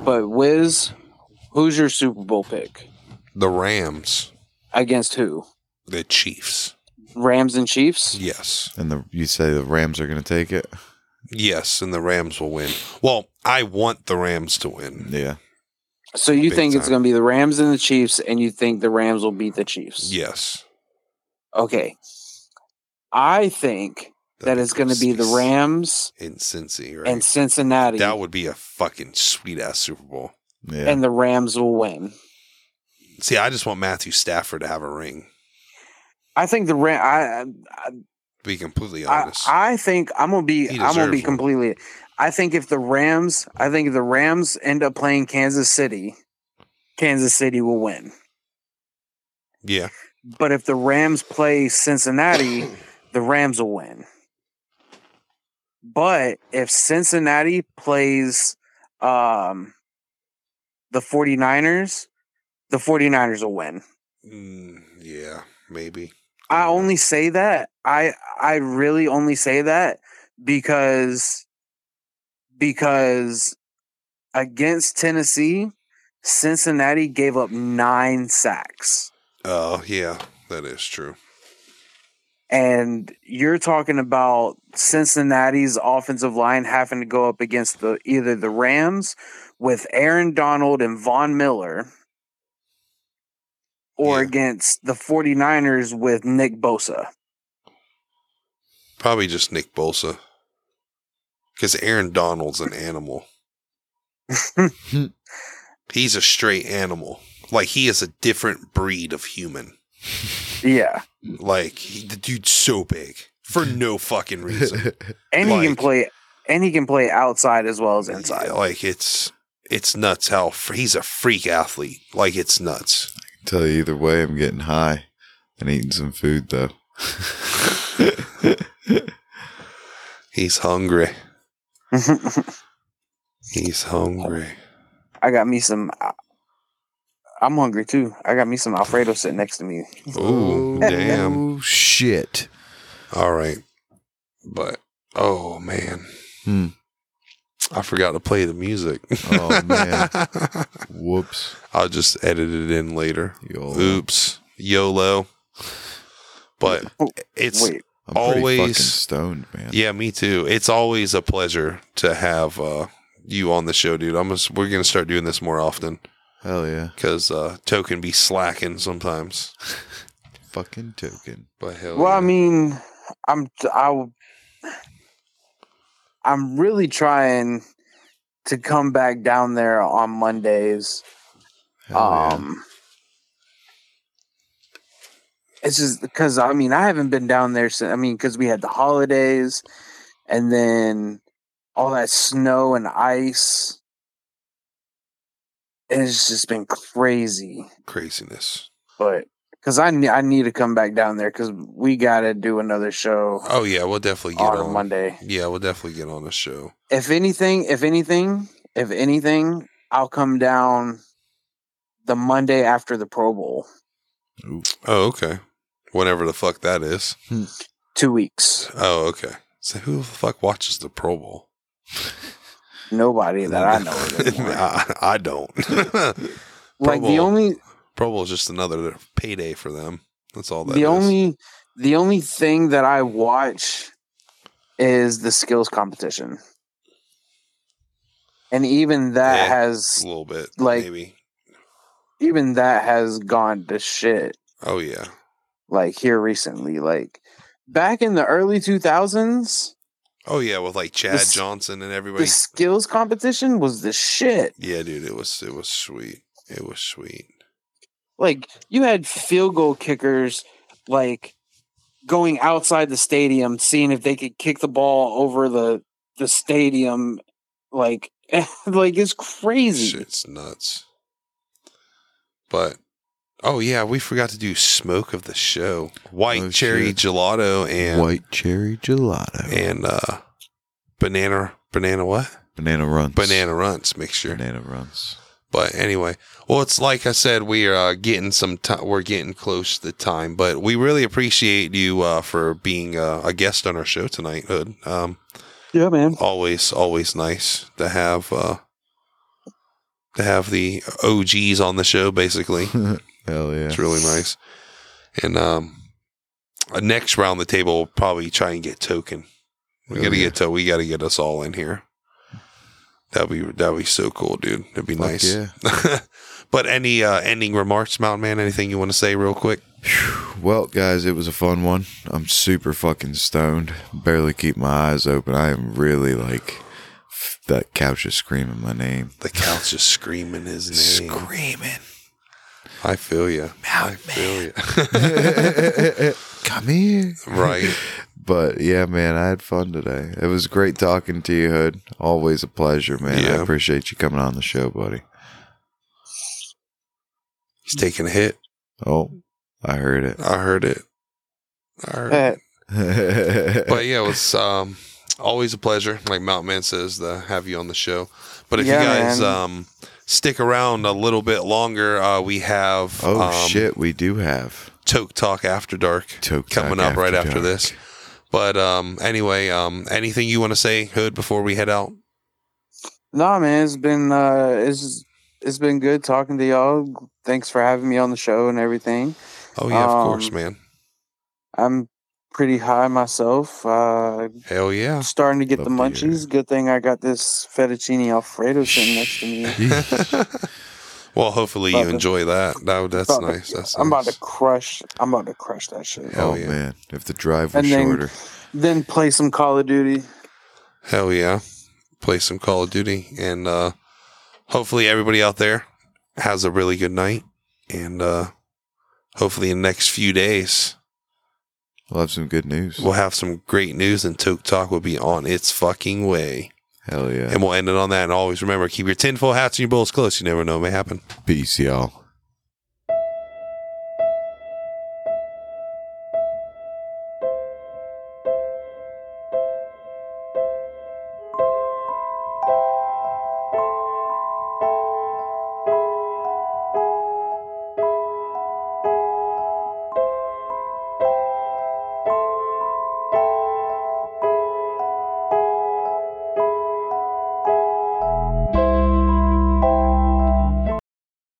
Speaker 4: but Wiz, who's your Super Bowl pick
Speaker 3: The Rams,
Speaker 4: against who?
Speaker 3: the Chiefs.
Speaker 4: Rams and Chiefs.
Speaker 3: Yes,
Speaker 2: and the you say the Rams are gonna take it.
Speaker 3: yes, and the Rams will win. Well, I want the Rams to win.
Speaker 2: Yeah,
Speaker 4: So you
Speaker 3: Big
Speaker 4: think it's
Speaker 3: time.
Speaker 4: going to be the Rams and the Chiefs, and you think the Rams will beat the Chiefs?
Speaker 3: Yes,
Speaker 4: Okay. I think that it's going to be the Rams
Speaker 3: in Cincy, right?
Speaker 4: and Cincinnati,
Speaker 3: that would be a fucking sweet ass Super Bowl.
Speaker 2: yeah.
Speaker 4: and the Rams will win.
Speaker 3: See, I just want Matthew Stafford to have a ring.
Speaker 4: I think the Ram. I
Speaker 3: To be completely
Speaker 4: I- I,
Speaker 3: honest,
Speaker 4: I think I'm gonna be.
Speaker 3: He
Speaker 4: I'm gonna be
Speaker 3: deserves one.
Speaker 4: completely. I think if the Rams, I think if the Rams end up playing Kansas City, Kansas City will win.
Speaker 3: yeah,
Speaker 4: But if the Rams play Cincinnati, the Rams will win. But if Cincinnati plays um, the 49ers, the 49ers will win.
Speaker 3: Mm, yeah, maybe.
Speaker 4: I
Speaker 3: Mhm.
Speaker 4: only say that I I really only say that because because against Tennessee, Cincinnati gave up 9 sacks.
Speaker 3: Oh, yeah, that is true.
Speaker 4: And you're talking about Cincinnati's offensive line having to go up against the either the Rams with Aaron Donald and Von Miller or
Speaker 3: Yeah.
Speaker 4: against the 49ers with Nick Bosa.
Speaker 3: Probably just Nick Bosa. Because Aaron Donald's an animal. He's a straight animal. Like, he is a different breed of human.
Speaker 4: Yeah.
Speaker 3: Like, he, the dude's so big for no fucking reason.
Speaker 4: And he can
Speaker 3: Like-
Speaker 4: play and he can play outside as well as inside.
Speaker 3: Yeah, like, it's it's nuts how fr- he's a freak athlete. Like, it's nuts.
Speaker 2: Tell you either way, I'm getting high and eating some food though.
Speaker 3: He's hungry. He's hungry.
Speaker 4: I got me some I'm hungry too. I got me some Alfredo sitting next to me.
Speaker 3: Ooh, damn.
Speaker 2: Oh shit!
Speaker 3: All right. But oh man.
Speaker 2: Hmm.
Speaker 3: I forgot to play the music.
Speaker 2: Oh man! Whoops!
Speaker 3: I'll just edit it in later.
Speaker 2: Yo,
Speaker 3: Oops. YOLO. But
Speaker 2: Oh,
Speaker 3: it's
Speaker 4: Wait.
Speaker 2: I'm pretty fucking
Speaker 3: always-
Speaker 2: stoned, man.
Speaker 3: yeah, me too. It's always a pleasure to have uh you on the show, dude. I'm just, we're gonna start doing this more often
Speaker 2: Hell yeah!
Speaker 3: because uh, Token be slacking sometimes.
Speaker 2: Fucking token.
Speaker 3: But hell,
Speaker 4: Well, I
Speaker 3: yeah.
Speaker 4: mean, I'm I, w- I'm really trying to come back down there on Mondays.
Speaker 2: Hell
Speaker 4: Um, it's just because I mean I haven't been down there since I mean because we had the holidays, and then all that snow and ice. And It's just been crazy
Speaker 3: craziness.
Speaker 4: but because I ne- I need to come back down there because we gotta do another show
Speaker 3: Oh yeah, we'll definitely get
Speaker 4: on
Speaker 3: on.
Speaker 4: Monday.
Speaker 3: Yeah, we'll definitely get on a show.
Speaker 4: If anything, if anything, if anything, I'll come down the Monday after the Pro Bowl,
Speaker 2: yeah. Ooh.
Speaker 3: Oh, okay. Whatever the fuck that is.
Speaker 4: two weeks.
Speaker 3: Oh, okay. So who the fuck watches the Pro Bowl?
Speaker 4: Nobody that I know of anymore.
Speaker 3: I, I don't.
Speaker 4: like the
Speaker 3: Bowl.
Speaker 4: only
Speaker 3: Pro Bowl is just another payday for them. That's all that
Speaker 4: the
Speaker 3: is.
Speaker 4: only the only thing that I watch is the skills competition, and even that
Speaker 3: Yeah.
Speaker 4: has
Speaker 3: a little bit,
Speaker 4: like-
Speaker 3: maybe.
Speaker 4: even that has gone to shit.
Speaker 3: Oh yeah,
Speaker 4: like here recently. Like back in the early 2000s,
Speaker 3: oh yeah, with like Chad
Speaker 4: This-
Speaker 3: Johnson and everybody.
Speaker 4: the skills competition was the shit.
Speaker 3: yeah, dude, it was it was sweet. It was sweet.
Speaker 4: Like you had field goal kickers like going outside the stadium seeing if they could kick the ball over the the stadium like like it's
Speaker 2: Mm.
Speaker 4: crazy.
Speaker 3: Shit's nuts. But oh yeah, we forgot to do smoke of the show, white
Speaker 2: Oh,
Speaker 3: cherry
Speaker 2: shit.
Speaker 3: gelato and
Speaker 2: White cherry gelato.
Speaker 3: and uh banana banana what
Speaker 2: banana runs.
Speaker 3: banana runts mixture
Speaker 2: Banana runs.
Speaker 3: but anyway well it's like i said we are uh, getting some time we're getting close to time but we really appreciate you uh for being uh, a guest on our show tonight hood um
Speaker 4: Yeah, man.
Speaker 3: always always nice to have uh to have the og's on the show basically
Speaker 2: Hell yeah!
Speaker 3: it's really nice and um uh, next round the table we'll probably try and get token we
Speaker 2: Hell
Speaker 3: gotta
Speaker 2: yeah.
Speaker 3: get to. We gotta get us all in here. That'd be that'd be so cool, dude. That'd be
Speaker 2: Fuck
Speaker 3: nice.
Speaker 2: yeah.
Speaker 3: but any uh, ending remarks, Mountain Man? Anything you want to say, real quick?
Speaker 2: Well, guys, it was a fun one. I'm super fucking stoned. Barely keep my eyes open. I am really like f- that couch is screaming my name.
Speaker 3: The couch is screaming his name.
Speaker 2: Screaming.
Speaker 3: I feel you. I feel you.
Speaker 2: Come here.
Speaker 3: right.
Speaker 2: But yeah, man, I had fun today. It was great talking to you, Hood. Always a pleasure, man. I
Speaker 3: Yeah.
Speaker 2: appreciate you coming on the show, buddy.
Speaker 3: He's taking a hit.
Speaker 2: Oh, I heard it.
Speaker 3: Uh, I heard it. I heard it.
Speaker 4: Uh, That
Speaker 2: but
Speaker 3: But yeah, it was um, always a pleasure, like Mount Man says, to have you on the show. But if
Speaker 4: Yeah,
Speaker 3: you guys
Speaker 4: man.
Speaker 3: um, stick around a little bit longer, uh, we have
Speaker 2: oh
Speaker 3: um,
Speaker 2: shit, we do have
Speaker 3: Toke Talk After Dark
Speaker 2: Toke
Speaker 3: coming
Speaker 2: Talk
Speaker 3: up right
Speaker 2: After
Speaker 3: after this. But um, anyway, um, anything you want to say, Hood, before we head out?
Speaker 4: Nah, man, it's been uh, it's it's been good talking to y'all. Thanks for having me on the show and everything.
Speaker 3: Oh yeah, of
Speaker 4: Um,
Speaker 3: course, man.
Speaker 4: I'm pretty high myself. Uh,
Speaker 3: Hell yeah.
Speaker 4: starting to get the
Speaker 2: Love to hear
Speaker 4: munchies. Good thing I got this fettuccine alfredo sitting next to me.
Speaker 3: Well, hopefully
Speaker 4: About
Speaker 3: you
Speaker 4: to-
Speaker 3: enjoy that. That that's
Speaker 4: about to-
Speaker 3: nice. That's
Speaker 4: I'm about
Speaker 3: nice.
Speaker 4: to crush. I'm about to crush that shit.
Speaker 3: Hell
Speaker 2: oh
Speaker 3: yeah.
Speaker 2: man, if the drive was
Speaker 4: And then-
Speaker 2: shorter,
Speaker 4: Then play some Call of Duty.
Speaker 3: Hell yeah. Play some Call of Duty. And uh, hopefully everybody out there has a really good night. And uh, hopefully in the next few days,
Speaker 2: we'll have some good news.
Speaker 3: we'll have some great news and Toke Talk will be on its fucking way.
Speaker 2: Hell yeah,
Speaker 3: And we'll end it on that. And always remember keep your tinfoil hats and your bowls close. You never know what may happen.
Speaker 2: peace, y'all.